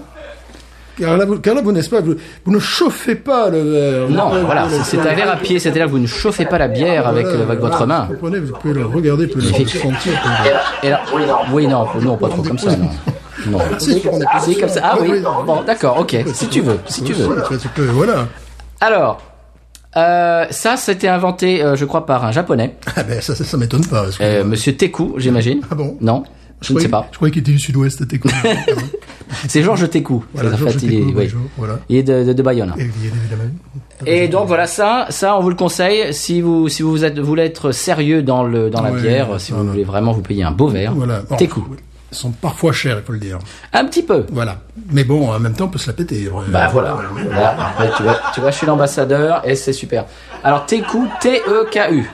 Speaker 2: Car là, vous, car là, vous n'est-ce pas, vous, vous ne chauffez pas le verre.
Speaker 1: Non,
Speaker 2: Vous-
Speaker 1: voilà,
Speaker 2: vous-
Speaker 1: c'est c'est un verre à pied, c'est-à-dire que vous ne chauffez pas la bière avec,
Speaker 2: Voilà,
Speaker 1: euh, avec
Speaker 2: voilà,
Speaker 1: votre main.
Speaker 2: Vous comprenez, vous pouvez le regarder, vous pouvez le sentir.
Speaker 1: Et alors- et alors- oui, non, non, pas trop comme ça, non. Non.
Speaker 2: Si, on est pas
Speaker 1: C'est
Speaker 2: sûr.
Speaker 1: comme ça. Ah oui,
Speaker 2: oui.
Speaker 1: bon, d'accord, ok, si tu veux, si tu veux.
Speaker 2: Enfin, tu peux- Voilà.
Speaker 1: Alors, euh, ça, c'était inventé, euh, je crois, par un japonais,
Speaker 2: Ah ben, ça, ça, ça m'étonne pas. parce que-
Speaker 1: euh, Monsieur Euh, Teku, j'imagine.
Speaker 2: Ah bon
Speaker 1: Non, je ne
Speaker 2: croyais-
Speaker 1: sais pas. <laughs>
Speaker 2: Je croyais qu'il était du sud-ouest, t'es con.
Speaker 1: C'est Georges Técou.
Speaker 2: Voilà,
Speaker 1: en
Speaker 2: Georges
Speaker 1: fait, il,
Speaker 2: Técou,
Speaker 1: est- oui.
Speaker 2: bonjour, voilà.
Speaker 1: Il est de, de, de Bayonne.
Speaker 2: Et, bien évidemment.
Speaker 1: Et donc voilà ça, ça on vous le conseille si vous si vous êtes, voulez être sérieux dans le dans la
Speaker 2: Ouais,
Speaker 1: bière, si vous
Speaker 2: voilà.
Speaker 1: voulez vraiment vous payer un beau verre,
Speaker 2: Voilà. Bon,
Speaker 1: tes coups.
Speaker 2: Ils sont parfois chers, il faut le dire.
Speaker 1: Un petit peu.
Speaker 2: Voilà. Mais bon, en même temps, on peut se la péter.
Speaker 1: Bah voilà. Là, après, tu vois, tu vois, je suis l'ambassadadeur et c'est super. Alors Teku, E
Speaker 2: <laughs>
Speaker 1: T-E-K-U.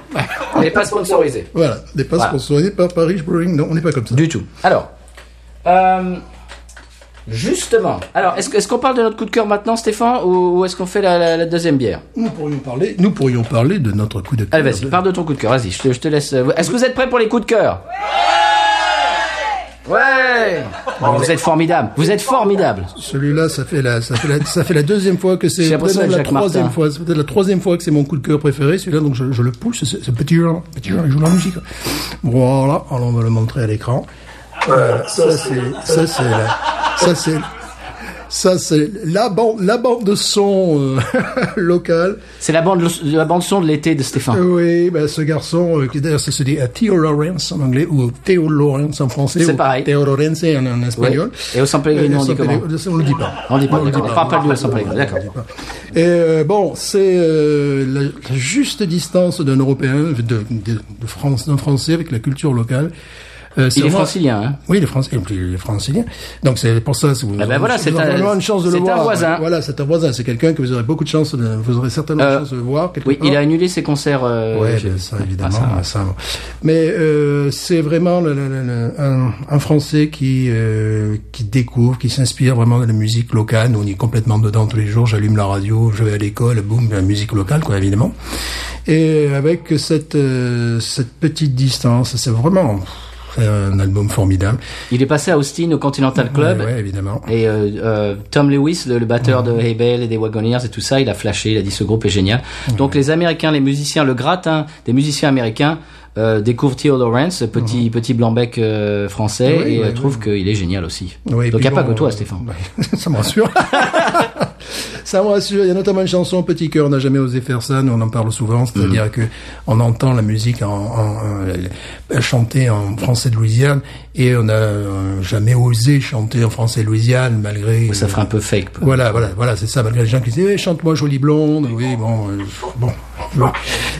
Speaker 1: On n'est pas sponsorisé.
Speaker 2: Voilà. Des passes
Speaker 1: Voilà.
Speaker 2: sponsorisées par Paris Brewing. Non, on n'est pas comme ça.
Speaker 1: Du tout. Alors, euh, justement. Alors, est-ce que- est-ce qu'on parle de notre coup de cœur maintenant, Stéphane, ou, ou est-ce qu'on fait la, la- la deuxième bière
Speaker 2: Nous pourrions parler, nous pourrions parler de notre coup de cœur.
Speaker 1: Allez, vas-y,
Speaker 2: de-
Speaker 1: parle de ton coup de cœur. Vas-y, je te, je te laisse. euh, Est-ce que vous êtes prêts pour les coups de cœur Ouais Bon, Vous êtes formidables. Vous êtes formidables.
Speaker 2: Celui-là, ça fait la, ça fait la, ça fait la deuxième fois que c'est,
Speaker 1: J'ai l'impression
Speaker 2: peut-être
Speaker 1: d'être
Speaker 2: la
Speaker 1: Jacques
Speaker 2: troisième
Speaker 1: Martin.
Speaker 2: fois, c'est peut-être la troisième fois que c'est mon coup de cœur préféré. Celui-là, donc je, je le pousse, ce, ce petit genre, petit genre, il joue la musique. Voilà, alors on va le montrer à l'écran. Voilà, ça c'est, ça c'est, la- ça c'est, ça c'est la bande, la bande de son euh, <laughs> locale.
Speaker 1: C'est la bande, la bande son de l'été de Stéphane.
Speaker 2: Oui, bah, ce garçon, euh, qui d'ailleurs ça se dit euh, Theo Lawrence en anglais ou Theo Lawrence en français.
Speaker 1: C'est
Speaker 2: ou
Speaker 1: pareil.
Speaker 2: Theo Lawrence en, en espagnol.
Speaker 1: Et au San Pellegrino,
Speaker 2: Euh,
Speaker 1: on dit
Speaker 2: San
Speaker 1: comment
Speaker 2: Pellegrino, On le dit pas.
Speaker 1: On dit pas,
Speaker 2: Non,
Speaker 1: d'accord. On parle pas de lui au San Pellegrino,
Speaker 2: Non,
Speaker 1: d'accord.
Speaker 2: on le dit pas. Et euh, bon, c'est euh, la, la juste distance d'un Européen, de, de, de France, d'un Français avec la culture locale. Euh, c'est
Speaker 1: Il est
Speaker 2: vraiment-
Speaker 1: francilien, hein
Speaker 2: Oui, les Français, et puis les Franciliens. Donc c'est pour ça, si vous,
Speaker 1: ben
Speaker 2: vous-
Speaker 1: voilà,
Speaker 2: vous
Speaker 1: c'est
Speaker 2: aurez
Speaker 1: un-
Speaker 2: vraiment une chance de le
Speaker 1: c'est un
Speaker 2: voir.
Speaker 1: voisin.
Speaker 2: Voilà, c'est un voisin. C'est quelqu'un que vous aurez beaucoup de chance, de, vous aurez certainement
Speaker 1: Euh,
Speaker 2: de chance de le voir. quelque
Speaker 1: Oui,
Speaker 2: part.
Speaker 1: il a annulé ses concerts. euh,
Speaker 2: Ouais,
Speaker 1: chez-
Speaker 2: ben, ça évidemment,
Speaker 1: Ah, ça,
Speaker 2: ben, ça, bon. Mais euh, c'est vraiment le- le- le- le- un, un Français qui euh, qui découvre, qui s'inspire vraiment de la musique locale. Nous, on y est complètement dedans tous les jours. J'allume la radio, je vais à l'école, boum, la musique locale, quoi, évidemment. Et avec cette euh, cette petite distance, c'est vraiment un album formidable.
Speaker 1: Il est passé à Austin au Continental Club.
Speaker 2: Ouais, ouais, évidemment.
Speaker 1: Et euh, euh, Tom Lewis, le, le batteur
Speaker 2: Mm.
Speaker 1: de Hebel et des Wagoneers et tout ça, il a flashé, il a dit ce groupe est génial. Donc les Américains, les musiciens, le gratin des musiciens américains euh, découvrent Theo Lawrence, ce petit petit blanc-bec euh, français,
Speaker 2: Mm. Oui,
Speaker 1: et
Speaker 2: oui,
Speaker 1: euh,
Speaker 2: oui.
Speaker 1: trouvent qu'il est génial aussi.
Speaker 2: Ouais, et
Speaker 1: Donc il
Speaker 2: puis
Speaker 1: n'y a pas
Speaker 2: bon,
Speaker 1: que toi,
Speaker 2: euh,
Speaker 1: Stéphane.
Speaker 2: ouais, <laughs> ça me rassure. ça me rassure. Il y a notamment une chanson, Petit cœur n'a jamais osé faire ça. Nous, on en parle souvent. C'est-à-dire
Speaker 1: Mhm.
Speaker 2: que on entend la musique en, euh, en- en- chanter en français de Louisiane et on n'a euh, jamais osé chanter en français de Louisiane malgré.
Speaker 1: Ça ferait un peu fake. peu.
Speaker 2: Voilà, voilà, voilà, c'est ça. Malgré les gens qui disent, Eh, chante-moi jolie blonde. Oui, bon, euh, bon. bon.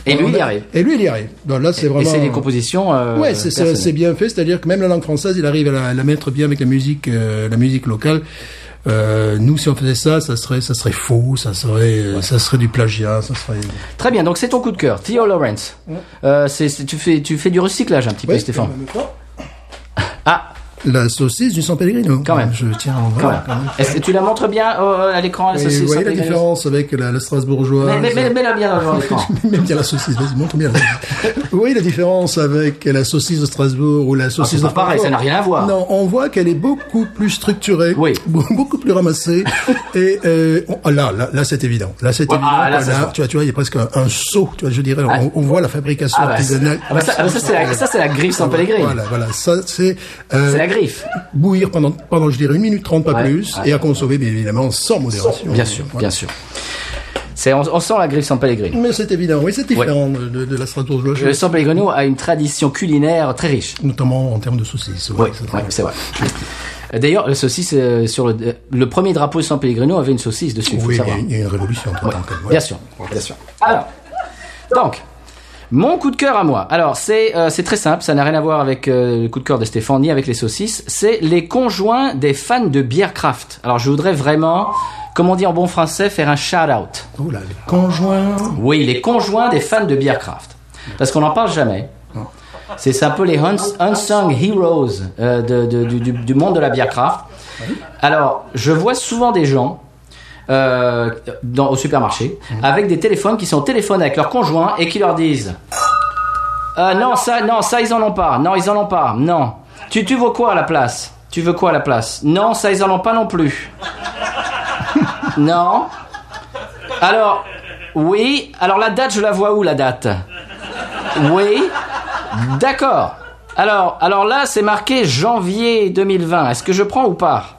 Speaker 1: Et lui,
Speaker 2: On
Speaker 1: il
Speaker 2: a-
Speaker 1: y arrive.
Speaker 2: Et lui, il y arrive. Donc là, c'est
Speaker 1: Et
Speaker 2: vraiment.
Speaker 1: c'est des compositions. euh,
Speaker 2: bah, Ouais, c'est- c'est
Speaker 1: personnelles.
Speaker 2: c'est bien fait, c'est-à-dire que même la langue française, il arrive à la, à la mettre bien avec la musique, euh, la musique locale. Euh, nous, si on faisait ça, ça serait, ça serait faux, ça serait, euh, ça serait du plagiat, ça serait.
Speaker 1: Très bien. Donc c'est ton coup de cœur, Theo Lawrence. Euh, c'est- c'est- tu fais tu fais du recyclage un petit peu,
Speaker 2: Ouais,
Speaker 1: Stéphane.
Speaker 2: en même temps,
Speaker 1: Ah,
Speaker 2: La saucisse du San Pellegrino.
Speaker 1: Quand même.
Speaker 2: Je tiens. à en
Speaker 1: quand
Speaker 2: voir,
Speaker 1: même.
Speaker 2: quand même.
Speaker 1: Est-ce que tu la montres bien euh, à l'écran la
Speaker 2: Et
Speaker 1: saucisse
Speaker 2: vous voyez la
Speaker 1: Saint-Pélegrino
Speaker 2: différence avec la, la Strasbourgeoise.
Speaker 1: Mais- mais- mais- Mets-la bien devant
Speaker 2: <laughs>
Speaker 1: l'écran.
Speaker 2: Même bien la saucisse, vas-y, montre bien la saucisse. Vous voyez la différence avec la saucisse de Strasbourg ou la saucisse
Speaker 1: Ah, c'est
Speaker 2: de
Speaker 1: pas pareil,
Speaker 2: Francfort
Speaker 1: ça n'a rien à voir.
Speaker 2: Non, on voit qu'elle est beaucoup plus structurée,
Speaker 1: Oui.
Speaker 2: <laughs> beaucoup plus ramassée. et euh, on- ah, là, là, là, c'est évident. Là, c'est
Speaker 1: Ouais,
Speaker 2: évident.
Speaker 1: ah, là,
Speaker 2: qu'on
Speaker 1: ça se
Speaker 2: a-
Speaker 1: voit.
Speaker 2: tu vois, tu vois, il y a presque un, un saut, tu vois, je dirais.
Speaker 1: Ah.
Speaker 2: On, on voit la fabrication
Speaker 1: Ah bah,
Speaker 2: artisanale.
Speaker 1: ah bah ça, ah bah ça, c'est la, ça, c'est la griffe sans Pellegrini.
Speaker 2: Voilà, voilà, ça c'est euh,
Speaker 1: C'est la griffe.
Speaker 2: bouillir pendant, pendant, je dirais, une minute trente, pas
Speaker 1: Ouais.
Speaker 2: plus,
Speaker 1: Ah,
Speaker 2: et à consommer, bien évidemment, sans modération.
Speaker 1: Bien sûr,
Speaker 2: Voilà.
Speaker 1: bien sûr. C'est, on, on sent la griffe sans Pellegrino.
Speaker 2: Mais c'est évident, oui, c'est différent de, de, de la Strasbourgeoise.
Speaker 1: Le San Pellegrino a une tradition culinaire très riche.
Speaker 2: Notamment en termes de saucisses.
Speaker 1: Oui,
Speaker 2: ouais, c'est
Speaker 1: ouais,
Speaker 2: vrai.
Speaker 1: c'est vrai. Euh, D'ailleurs, le saucisse euh, sur le, euh, le premier drapeau San Pellegrino avait une saucisse dessus. faut
Speaker 2: Oui, il y a-
Speaker 1: savoir.
Speaker 2: il y, a une révolution. entre
Speaker 1: euh, Ouais,
Speaker 2: temps, quand même, ouais.
Speaker 1: Bien sûr, bien sûr. Alors, donc. Mon coup de cœur à moi. Alors c'est euh, c'est très simple, ça n'a rien à voir avec euh, le coup de cœur de Stéphane ni avec les saucisses. C'est les conjoints des fans de bière craft. Alors je voudrais vraiment, comment dire en bon français, faire un shout out.
Speaker 2: Oh là, les conjoints.
Speaker 1: Oui, les conjoints des fans de bière craft. Parce qu'on n'en parle jamais. C'est c'est un peu les uns- unsung heroes euh, de- de- du, du- du monde de la bière craft. Alors, je vois souvent des gens euh, dans, au supermarché avec des téléphones qui sont au téléphone avec leur conjoint et qui leur disent Ah non, ça, non, ça, ils en ont pas. Non, ils en ont pas. Non. Tu, tu veux quoi à la place Tu veux quoi à la place Non, ça, ils en ont pas non plus. non. Alors, oui. Alors la date, je la vois où la date Oui. D'accord. Alors, alors là, c'est marqué janvier 2020. Est-ce que je prends ou pas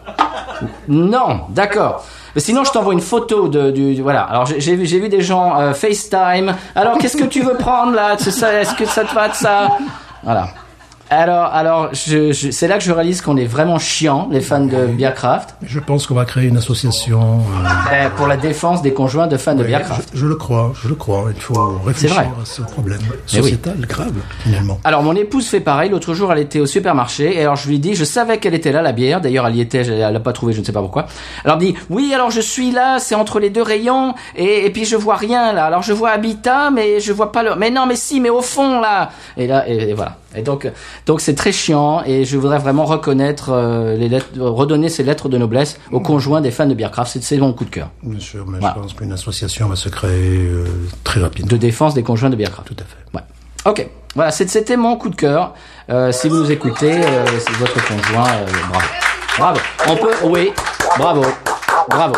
Speaker 1: Non. D'accord. Mais sinon, je t'envoie une photo de du du- voilà. Alors j'ai j'ai vu j'ai vu des gens euh, FaceTime. Alors qu'est-ce que tu veux prendre là C'est ça- Est-ce que ça te va de ça Voilà. Alors, alors, je, je- c'est là que je réalise qu'on est vraiment chiant, les fans de bière craft,
Speaker 2: Je pense qu'on va créer une association. euh,
Speaker 1: euh, pour la défense des conjoints de fans de bière craft.
Speaker 2: je, je le crois, je le crois. Il faut
Speaker 1: vrai.
Speaker 2: réfléchir à ce problème sociétal grave, finalement.
Speaker 1: Alors mon épouse fait pareil, l'autre jour elle était au supermarché et alors je lui dis, je savais qu'elle était là la bière, d'ailleurs elle y était, je- elle l'a pas trouvée, je ne sais pas pourquoi. Alors elle me dit, oui alors je suis là, c'est entre les deux rayons et, et puis je vois rien là, alors je vois Habitat mais je vois pas le... Mais non mais si, mais au fond là Et là, et, et voilà. Et donc euh, donc c'est très chiant et je voudrais vraiment reconnaître euh, les lettres, euh, redonner ces lettres de noblesse aux conjoints des fans de bière craft, C'est- c'est mon coup de cœur.
Speaker 2: Bien sûr, mais
Speaker 1: Voilà.
Speaker 2: je pense qu'une association va se créer euh, très rapidement.
Speaker 1: De défense des conjoints de bière craft.
Speaker 2: Tout à fait.
Speaker 1: Ouais. Ok. Voilà, c'est- c'était mon coup de cœur. Euh, si vous nous écoutez, euh, c'est votre conjoint. euh, bravo. Bravo. On peut. Oui. Bravo. Bravo.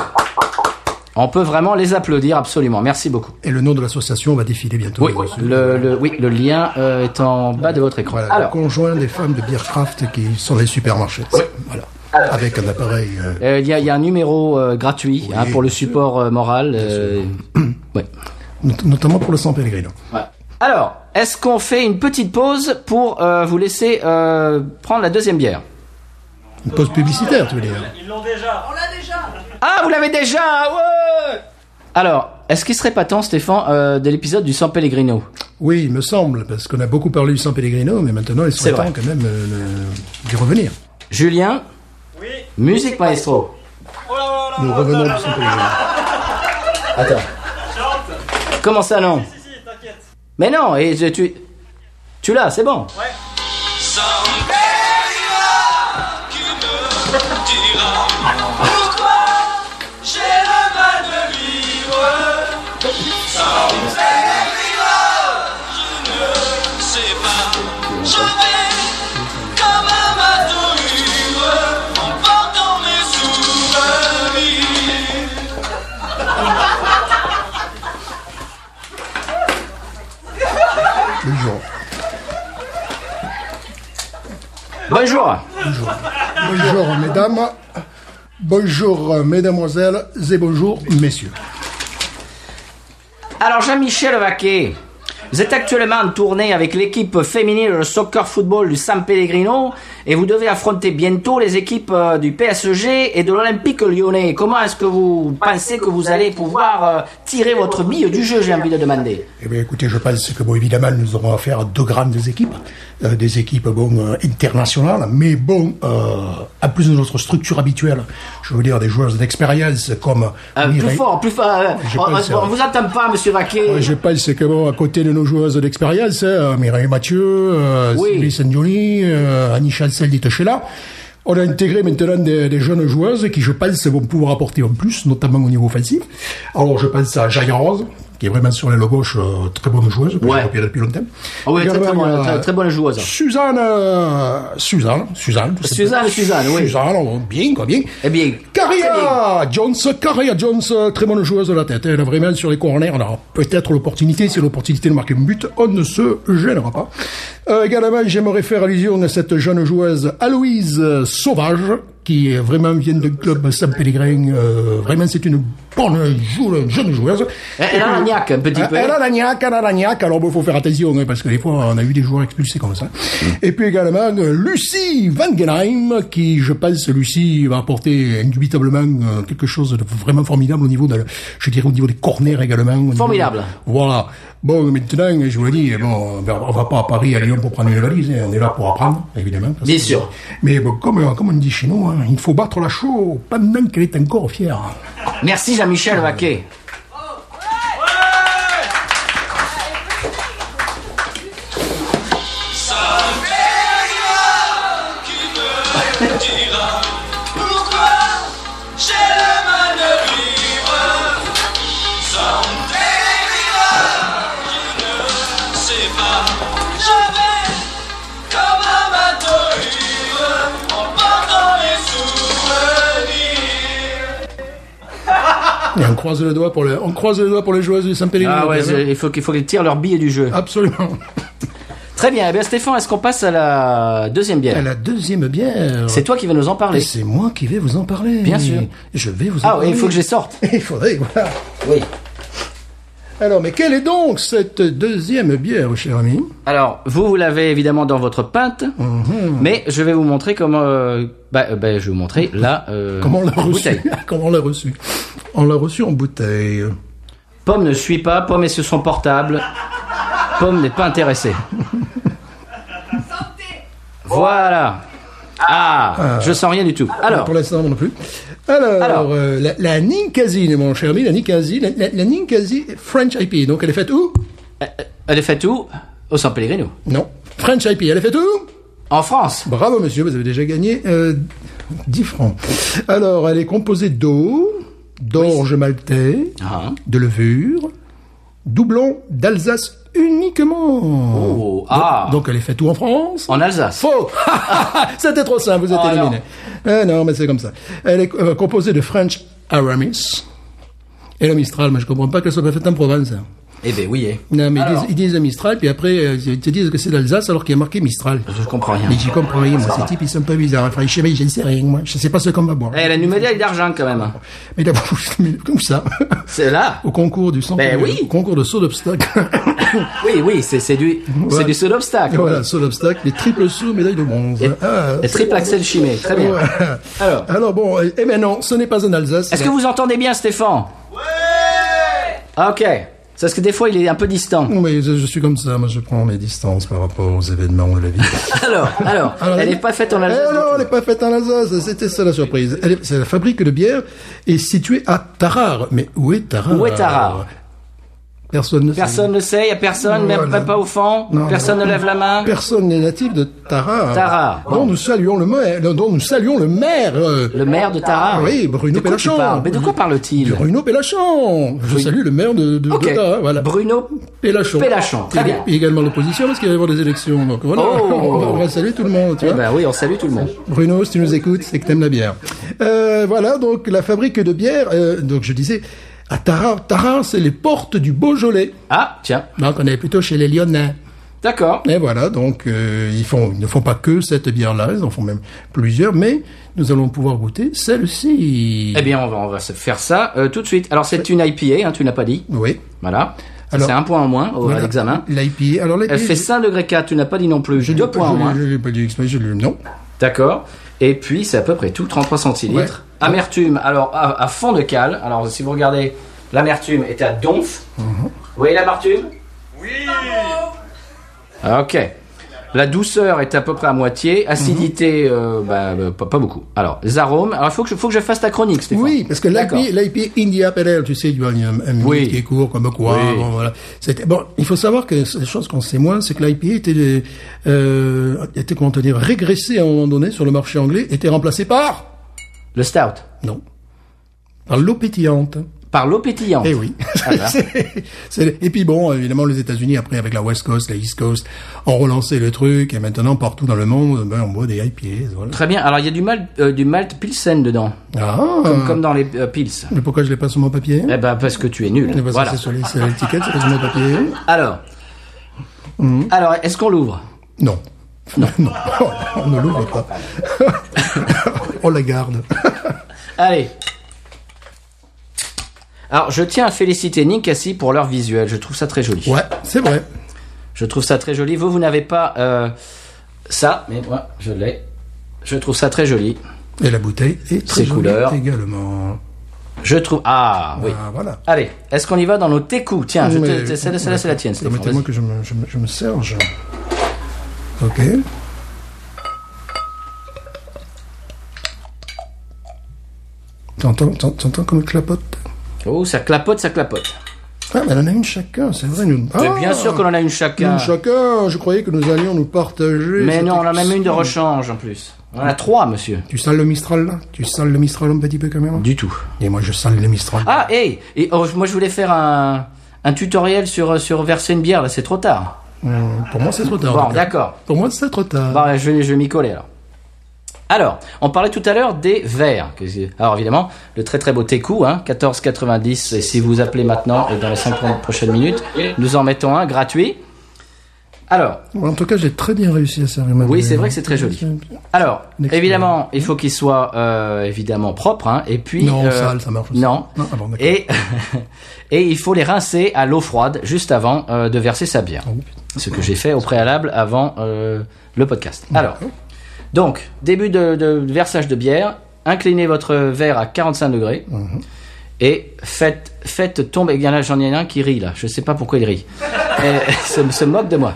Speaker 1: On peut vraiment les applaudir, absolument. Merci beaucoup.
Speaker 2: Et le nom de l'association va défiler bientôt.
Speaker 1: Oui, le, le- oui, le lien euh, est en bas de votre écran.
Speaker 2: Voilà,
Speaker 1: Alors,
Speaker 2: le conjoint des femmes de Biercraft qui sont les supermarchés. Voilà. Avec un appareil. euh,
Speaker 1: euh, il y, a, il y a un numéro euh, gratuit hein, pour le support euh, moral. euh, <clears throat> ouais.
Speaker 2: not- notamment pour le San Pellegrino.
Speaker 1: Ouais. Alors, est-ce qu'on fait une petite pause pour euh, vous laisser euh, prendre la deuxième bière
Speaker 2: Une pause publicitaire, tu veux dire
Speaker 3: Ils l'ont déjà.
Speaker 1: Ah, vous l'avez déjà ah ouais Alors, est-ce qu'il serait pas temps, Stéphane, euh, de l'épisode du San Pellegrino
Speaker 2: Oui, il me semble, parce qu'on a beaucoup parlé du San Pellegrino, mais maintenant il
Speaker 1: C'est
Speaker 2: serait
Speaker 1: vrai.
Speaker 2: temps quand même euh, de- d'y revenir.
Speaker 1: Julien,
Speaker 3: Oui.
Speaker 1: musique maestro.
Speaker 3: Oh là là là
Speaker 2: Nous
Speaker 3: là
Speaker 2: revenons
Speaker 3: là
Speaker 2: du San
Speaker 3: là
Speaker 2: Pellegrino.
Speaker 1: Attends.
Speaker 3: là, Charles.
Speaker 1: Comment ça, non
Speaker 3: Si, si, t'inquiète.
Speaker 1: Mais non, et je- tu... Tu l'as, c'est bon.
Speaker 3: Ouais.
Speaker 4: Somebody là qui me dira pourquoi j'ai le mal de vivre. Somebody là, je ne sais pas. Je vais comme un bateau ivre en portant mes souvenirs.
Speaker 2: Le jour.
Speaker 1: Bonjour.
Speaker 2: Bonjour mesdames, bonjour euh, mesdemoiselles et bonjour messieurs.
Speaker 1: Alors, Jean-Michel Vaquet, vous êtes actuellement en tournée avec l'équipe féminine de soccer football du San Pellegrino et vous devez affronter bientôt les équipes euh, du PSG et de l'Olympique lyonnais. Comment est-ce que vous pensez que vous allez pouvoir euh, tirer votre bille du jeu, j'ai envie de demander
Speaker 2: Eh bien, écoutez, je pense que, bon, évidemment, nous aurons affaire à deux grandes équipes, euh, des équipes, bon, euh, internationales, mais bon, euh, en plus de notre structure habituelle, je veux dire, des joueurs d'expérience comme
Speaker 1: Euh, plus
Speaker 2: Mireille-
Speaker 1: fort, plus fort. euh,
Speaker 2: Je
Speaker 1: on,
Speaker 2: pense,
Speaker 1: on- on
Speaker 2: ouais.
Speaker 1: vous attend pas, monsieur Vaquet.
Speaker 2: Je pense que, bon, à côté de nos joueuses d'expérience, hein, euh, Mireille Mathieu, euh,
Speaker 1: Oui.
Speaker 2: Sylvie Sandioni, euh, Annie Chancel, dite Sheila, on a intégré maintenant des, des jeunes joueuses qui, je pense, vont pouvoir apporter en plus, notamment au niveau offensif. Alors, je pense à Jaya Rose, qui est vraiment sur l'aile gauche, euh, très bonne joueuse, que
Speaker 1: Ouais.
Speaker 2: j'ai repérée depuis longtemps.
Speaker 1: Ah oui, très, très
Speaker 2: Également,
Speaker 1: bonne-
Speaker 2: euh,
Speaker 1: très- très bonne joueuse.
Speaker 2: Suzanne, euh, Suzanne, Suzanne, tout
Speaker 1: Suzanne,
Speaker 2: simplement.
Speaker 1: Suzanne, oui.
Speaker 2: Suzanne, oh, bien, quoi, bien.
Speaker 1: Eh bien, très bien.
Speaker 2: Carria Ah, Jones, Carria Jones, euh, très bonne joueuse de la tête. Elle est vraiment sur les corners. On aura peut-être l'opportunité, si l'opportunité de marquer un but, on ne se gênera pas. Euh, également, j'aimerais faire allusion à cette jeune joueuse Aloïse euh, Sauvage, qui est vraiment vient du club Saint-Pélégrin. Euh, vraiment, c'est une bonne jou- jeune joueuse.
Speaker 1: Elle- Eh, elle a la gnaque, un petit
Speaker 2: Euh,
Speaker 1: peu.
Speaker 2: Elle a la gnaque, elle a la gnaque. Alors, il faut faire attention, hein, parce que des fois, on a eu des joueurs expulsés comme ça.
Speaker 1: Mm.
Speaker 2: Et puis également, euh, Lucie Vangenheim, qui, je pense, Lucie va apporter indubitablement euh, quelque chose de vraiment formidable au niveau de, je dirais, au niveau des corners également. au niveau-
Speaker 1: Formidable.
Speaker 2: Voilà. Bon, maintenant, hein, je vous l'ai dit, bon, ben, on va pas à Paris, à Lyon pour prendre une valise, hein. on est là pour apprendre, évidemment. parce
Speaker 1: Bien
Speaker 2: que-
Speaker 1: sûr.
Speaker 2: Mais bon, comme, comme on dit chez nous, hein, il faut battre la chaux pendant qu'elle est encore fière.
Speaker 1: Merci Jean-Michel Vaquet.
Speaker 4: Qui me dira pourquoi j'ai le mal de vivre sans délire Je ne sais pas, je vais comme un bateau ivre en portant mes souvenirs.
Speaker 2: Et on croise le doigt pour le, on croise le doigt pour les joueuses du Saint-Pélégrine.
Speaker 1: Ah ouais, c'est- il faut qu'il faut qu'ils tirent leur billet du
Speaker 2: Ah.
Speaker 1: jeu.
Speaker 2: Absolument.
Speaker 1: Très bien. Eh bien, Stéphane, est-ce qu'on passe à la deuxième bière
Speaker 2: À la deuxième bière.
Speaker 1: C'est toi qui vas nous en
Speaker 2: Et
Speaker 1: parler.
Speaker 2: c'est moi qui vais vous en parler.
Speaker 1: Bien sûr.
Speaker 2: Je vais vous en
Speaker 1: Ah,
Speaker 2: <laughs> parler.
Speaker 1: et il faut que je les sorte.
Speaker 2: Il faudrait, voilà.
Speaker 1: Oui.
Speaker 2: Alors, mais quelle est donc cette deuxième bière, cher ami
Speaker 1: Alors, vous, vous l'avez évidemment dans votre pinte,
Speaker 2: Mhm.
Speaker 1: mais je vais vous montrer comment. euh, bah, euh, bah, je vais vous montrer là. euh,
Speaker 2: Comment on l'a
Speaker 1: en
Speaker 2: reçue
Speaker 1: bouteille.
Speaker 2: <laughs> Comment on l'a reçue On l'a reçue en bouteille.
Speaker 1: Pomme ne suit pas, Pomme est sur son portable. Pomme n'est pas intéressée. Voilà. Ah, je sens rien du tout. Alors,
Speaker 2: pour l'instant, non plus. Alors,
Speaker 1: Alors.
Speaker 2: euh, la, la Ninkasi, mon cher ami, la Ninkasi, la, la- la Ninkasi French IP. Donc, elle est faite où
Speaker 1: elle est faite où Au San Pellegrino.
Speaker 2: Non. French IP, elle est faite où
Speaker 1: En France.
Speaker 2: Bravo, monsieur, vous avez déjà gagné euh, 10 francs. Alors, elle est composée d'eau, d'orge maltais,
Speaker 1: Ah.
Speaker 2: de levure, doublon d'Alsace uniquement.
Speaker 1: Oh, ah.
Speaker 2: Donc, elle est faite où en France
Speaker 1: En Alsace.
Speaker 2: Faux <laughs> C'était trop simple, vous êtes
Speaker 1: Oh,
Speaker 2: éliminé. Eh non, mais c'est comme ça. Elle est euh, composée de French Aramis et la Mistral, mais je comprends pas qu'elle soit pas faite en Provence. hein.
Speaker 1: Eh ben oui. eh.
Speaker 2: Non, mais ils
Speaker 1: Alors.
Speaker 2: disent, ils disent Mistral, puis après, euh, ils te disent que c'est l'Alsace alors qu'il y a marqué Mistral.
Speaker 1: Je comprends rien.
Speaker 2: Mais j'y comprends rien, moi. Ces types, ils sont pas bizarres. Enfin, je sais pas, j'en sais rien, moi. Je sais pas ce qu'on va boire.
Speaker 1: Eh, Elle a une médaille d'argent quand même.
Speaker 2: Mais d'abord, <laughs> mais comme ça,
Speaker 1: C'est là.
Speaker 2: au concours du centre,
Speaker 1: Ben
Speaker 2: de-
Speaker 1: oui.
Speaker 2: au concours de saut d'obstacle. <coughs>
Speaker 1: Oui, oui, c'est c'est du, c'est du seul obstacle.
Speaker 2: voilà, saut d'obstacle, les triples sauts, médaille de bronze. Ah,
Speaker 1: Et triple Axel Chimé, très bien.
Speaker 2: ouais.
Speaker 1: Alors,
Speaker 2: Alors bon, euh, eh ben non, ce n'est pas en Alsace.
Speaker 1: est-ce que vous entendez bien Stéphane Ouais Ok. C'est Parce que des fois, il est un peu distant.
Speaker 2: Oui, je, je suis comme ça, moi je prends mes distances par rapport aux événements de
Speaker 1: <laughs>
Speaker 2: la vie.
Speaker 1: Alors, alors,
Speaker 2: Alors,
Speaker 1: elle
Speaker 2: la-
Speaker 1: n'est pas faite en
Speaker 2: Eh non,
Speaker 1: Alsace.
Speaker 2: elle n'est pas faite en Alsace, c'était ça la surprise. Elle est- c'est la fabrique de bière est située à Tarare. Mais où est Tarare
Speaker 1: Où est Tarare
Speaker 2: Personne ne sait.
Speaker 1: Personne ne sait, il n'y a personne, même
Speaker 2: Voilà.
Speaker 1: pas au fond.
Speaker 2: Non,
Speaker 1: personne
Speaker 2: non.
Speaker 1: ne lève la main.
Speaker 2: Personne n'est natif de Tarare.
Speaker 1: Tarare.
Speaker 2: Dont nous saluons le maire. euh, Dont nous saluons le maire. euh,
Speaker 1: Le maire de Tarare.
Speaker 2: Ah oui,
Speaker 1: de
Speaker 2: Bruno
Speaker 1: quoi tu
Speaker 2: Pellachon.
Speaker 1: parles Mais de quoi parle-t-il
Speaker 2: Bruno Pélachon. Je salue le maire de, de,
Speaker 1: Ok.
Speaker 2: de Tarare. Voilà.
Speaker 1: Bruno
Speaker 2: Pélachon.
Speaker 1: Pélachon, très
Speaker 2: Il est-
Speaker 1: bien.
Speaker 2: il est également l'opposition parce qu'il va y avoir des élections. Donc voilà,
Speaker 1: Oh.
Speaker 2: <laughs> on, va, on va saluer tout le monde. Tu
Speaker 1: Eh
Speaker 2: vois.
Speaker 1: ben oui, on salue tout le monde.
Speaker 2: Bruno, si tu nous écoutes, c'est que t'aimes la bière. Euh, voilà, donc la fabrique de bière, euh, donc je disais, à Tarare, Tarare, c'est les portes du Beaujolais.
Speaker 1: Ah, tiens,
Speaker 2: Donc on est plutôt chez les Lyonnais.
Speaker 1: d'accord.
Speaker 2: Et voilà, donc euh, ils, font, ils ne font pas que cette bière-là, ils en font même plusieurs, mais nous allons pouvoir goûter celle-ci.
Speaker 1: Eh bien, on va, on va se faire ça euh, tout de suite. Alors, c'est une IPA, hein, tu n'as pas dit.
Speaker 2: Oui.
Speaker 1: Voilà. Ça,
Speaker 2: Alors-
Speaker 1: C'est un point en moins au- à
Speaker 2: Voilà.
Speaker 1: l'examen.
Speaker 2: L'IPA. Alors l'IPA.
Speaker 1: Elle fait 5 degrés 4, tu n'as pas dit non plus. Deux points en moins.
Speaker 2: Je l'ai pas dit exprès, je l'ai non.
Speaker 1: D'accord. Et puis, c'est à peu près tout, 33 centilitres. Amertume, alors à, à fond de cale. Alors, si vous regardez, l'amertume est à donf.
Speaker 2: Mhm.
Speaker 1: Vous voyez l'amertume Ah,
Speaker 3: Oui
Speaker 1: Ok. La douceur est à peu près à moitié. Acidité,
Speaker 2: Mhm.
Speaker 1: euh, bah, bah, pas, pas beaucoup. Alors, les arômes. Alors, il faut que, je- faut que je fasse ta chronique, Stéphane.
Speaker 2: Oui, parce que
Speaker 1: D'accord.
Speaker 2: l'IP, l'IP India Perel, tu sais, il y a un, un
Speaker 1: Oui.
Speaker 2: mythe qui est court comme quoi.
Speaker 1: Oui.
Speaker 2: Bon, voilà. C'était bon. Il faut savoir que la chose qu'on sait moins, c'est que l'IP était, euh, était comment te dire, régressé à un moment donné sur le marché anglais, était remplacé par
Speaker 1: Le stout.
Speaker 2: non, par l'eau pétillante.
Speaker 1: Par l'eau pétillante.
Speaker 2: Eh oui.
Speaker 1: Ah bah.
Speaker 2: <laughs> C'est- c'est- et puis bon, évidemment, les États-Unis après avec la West Coast, la East Coast, ont relancé le truc et maintenant partout dans le monde, ben, on boit des IPAs. Voilà.
Speaker 1: Très bien. Alors, il y a du malt, euh, du malt pilsen dedans.
Speaker 2: Ah.
Speaker 1: Comme dans les euh, pils.
Speaker 2: Mais pourquoi je l'ai pas sur mon papier
Speaker 1: Eh ben, parce que tu es nul.
Speaker 2: Parce que
Speaker 1: Voilà.
Speaker 2: c'est sur les- c'est sur l'étiquette, c'est pas sur mon papier.
Speaker 1: Alors.
Speaker 2: Mm.
Speaker 1: Alors, est-ce qu'on l'ouvre
Speaker 2: Non. <laughs> Non. on ne l'ouvre <laughs> pas. on la garde.
Speaker 1: Allez. Alors, je tiens à féliciter Nick Cassie pour leur visuel. Je trouve ça très joli.
Speaker 2: Ouais, c'est vrai.
Speaker 1: Je trouve ça très joli. Vous, vous n'avez pas euh, ça, mais moi, je l'ai. Je trouve ça très joli.
Speaker 2: Et la bouteille est très
Speaker 1: Ses
Speaker 2: jolie
Speaker 1: couleurs.
Speaker 2: également.
Speaker 1: Je trouve. Ah, oui.
Speaker 2: Ah, voilà.
Speaker 1: Allez, est-ce qu'on y va dans nos técous Tiens, je te-
Speaker 2: Mais-
Speaker 1: te- celle-là, celle-là, Ah, c'est la tienne, Stéphane.
Speaker 2: Permettez-moi
Speaker 1: Vas-y.
Speaker 2: que je me, je, me, je me serge. Ok. T'entends, t'en- t'entends comme elle clapote
Speaker 1: Oh, ça clapote, ça clapote.
Speaker 2: Ah, mais elle en a une chacun, c'est vrai. Nous...
Speaker 1: Mais
Speaker 2: Ah
Speaker 1: bien sûr qu'on en a une chacun.
Speaker 2: Une chacun, je croyais que nous allions nous partager.
Speaker 1: Mais
Speaker 2: cette
Speaker 1: non, on a même une de rechange en plus. On en a trois, monsieur.
Speaker 2: Tu sales le Mistral là Tu sales le Mistral un petit peu quand même
Speaker 1: Du tout.
Speaker 2: Et moi je sale le Mistral.
Speaker 1: Ah, hey Et oh, je- moi, je voulais faire un, un tutoriel sur, sur verser une bière. Là, c'est trop tard.
Speaker 2: Hum, Pour moi c'est trop tard. en
Speaker 1: Bon,
Speaker 2: tout cas.
Speaker 1: d'accord.
Speaker 2: Pour moi c'est trop tard.
Speaker 1: Bon, bah, je vais, je vais m'y coller alors. Alors, on parlait tout à l'heure des verres. que c'est- Alors évidemment, le très très beau Técou, hein, euh, 14,90. Et euh, si vous appelez maintenant, et dans les 5 prochaines minutes, nous en mettons un gratuit. Alors,
Speaker 5: En tout cas, j'ai très bien réussi à servir ma
Speaker 1: Oui,
Speaker 5: bière.
Speaker 1: c'est vrai que c'est très joli. alors,
Speaker 5: Next
Speaker 1: évidemment, il faut qu'il soit euh, évidemment propre, hein, et puis
Speaker 2: Non,
Speaker 1: euh,
Speaker 2: sale, ça marche aussi.
Speaker 1: Non.
Speaker 2: Non, ah bon, d'accord.
Speaker 1: Et <laughs> et il faut les rincer à l'eau froide juste avant euh, de verser sa
Speaker 2: Ah
Speaker 1: bière. Ce que j'ai fait au préalable avant euh, le podcast. Alors, donc début de, de versage de bière, inclinez votre verre à 45 degrés.
Speaker 2: Mhm.
Speaker 1: Et faites, faites tomber. Il y en a, j'en ai un qui rit là. Je sais pas pourquoi il
Speaker 2: <laughs>
Speaker 1: rit. Et, se, se moque de moi.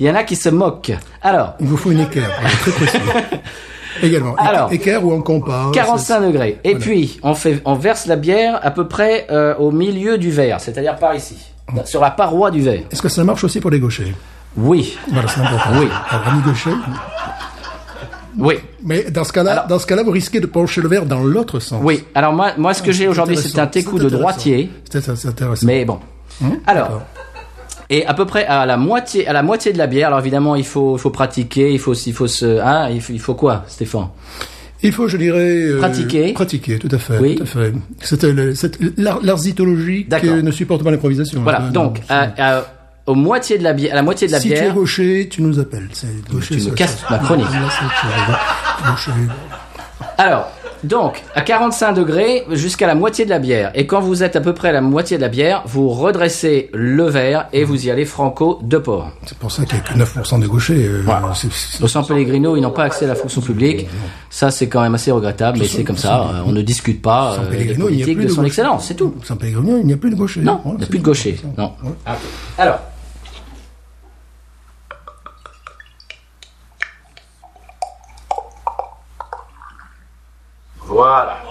Speaker 1: Il y en a qui se moquent. Alors,
Speaker 2: Il vous faut une équerre, hein, très
Speaker 1: <laughs>
Speaker 2: précis. Également.
Speaker 1: Alors.
Speaker 2: équerre ou en compas. hein,
Speaker 1: 45
Speaker 2: c'est-
Speaker 1: degrés. Et puis, on, fait, on verse la bière à peu près euh, au milieu du verre, c'est-à-dire par ici, sur la paroi du verre.
Speaker 2: Est-ce que ça marche aussi pour les gauchers
Speaker 1: Oui,
Speaker 2: Voilà, c'est important.
Speaker 1: Oui.
Speaker 2: Alors, amis gauchers.
Speaker 1: oui,
Speaker 2: Mais dans ce cas-là,
Speaker 1: Alors-
Speaker 2: dans ce cas-là, vous risquez de pencher le verre dans l'autre sens.
Speaker 1: oui. Alors moi, moi ce que j'ai aujourd'hui, c'est un
Speaker 2: Intéressant.
Speaker 1: técou de
Speaker 2: intéressant.
Speaker 1: droitier,
Speaker 2: C'est c'est intéressant.
Speaker 1: mais bon.
Speaker 2: Hum,
Speaker 1: Alors, et à peu près à la moitié, à la moitié de la bière. Alors évidemment, il faut, faut pratiquer, il faut, il faut se, hein, il faut, il faut quoi, Stéphane
Speaker 2: Il faut, je dirais, euh,
Speaker 1: Pratiquer.
Speaker 2: pratiquer, tout à fait.
Speaker 1: Oui.
Speaker 2: tout à fait. C'était le- c'est- euh, l'ar- l'arsitologie qui
Speaker 1: D'accord.
Speaker 2: ne supporte pas l'improvisation.
Speaker 1: Voilà.
Speaker 2: Euh,
Speaker 1: donc,
Speaker 2: non,
Speaker 1: à, à- au moitié de la bière, à la moitié de la
Speaker 2: si tu es
Speaker 1: bière.
Speaker 2: gaucher, tu nous appelles. C'est gaucher.
Speaker 1: me
Speaker 2: c'est-
Speaker 1: casses
Speaker 2: c'est-
Speaker 1: ma chronique.
Speaker 2: Là, c'est- Gaucher.
Speaker 1: Alors, donc, à 45 degrés jusqu'à la moitié de la bière. Et quand vous êtes à peu près à la moitié de la bière, vous redressez le verre
Speaker 2: Hum.
Speaker 1: et vous y allez franco de port.
Speaker 2: C'est pour ça qu'il n'y a que 9% de gauchers. euh,
Speaker 1: Voilà.
Speaker 2: c'est- c'est-
Speaker 1: Au San Pellegrino, ils n'ont pas accès à la fonction publique. Ça, c'est quand même assez regrettable, mais c'est comme ça. euh, On ne discute pas euh,
Speaker 2: San
Speaker 1: des
Speaker 2: Pellegrino, il n'y a
Speaker 1: politiques
Speaker 2: plus
Speaker 1: de
Speaker 2: de
Speaker 1: son
Speaker 2: gauchers.
Speaker 1: excellence, c'est tout.
Speaker 2: Saint Pellegrino, il n'y a plus de gauchers.
Speaker 1: Non, Oh, il
Speaker 2: Voilà,
Speaker 1: n'y a
Speaker 2: c'est
Speaker 1: plus de
Speaker 2: tout.
Speaker 1: gaucher. Non. Alors,
Speaker 6: Voilà.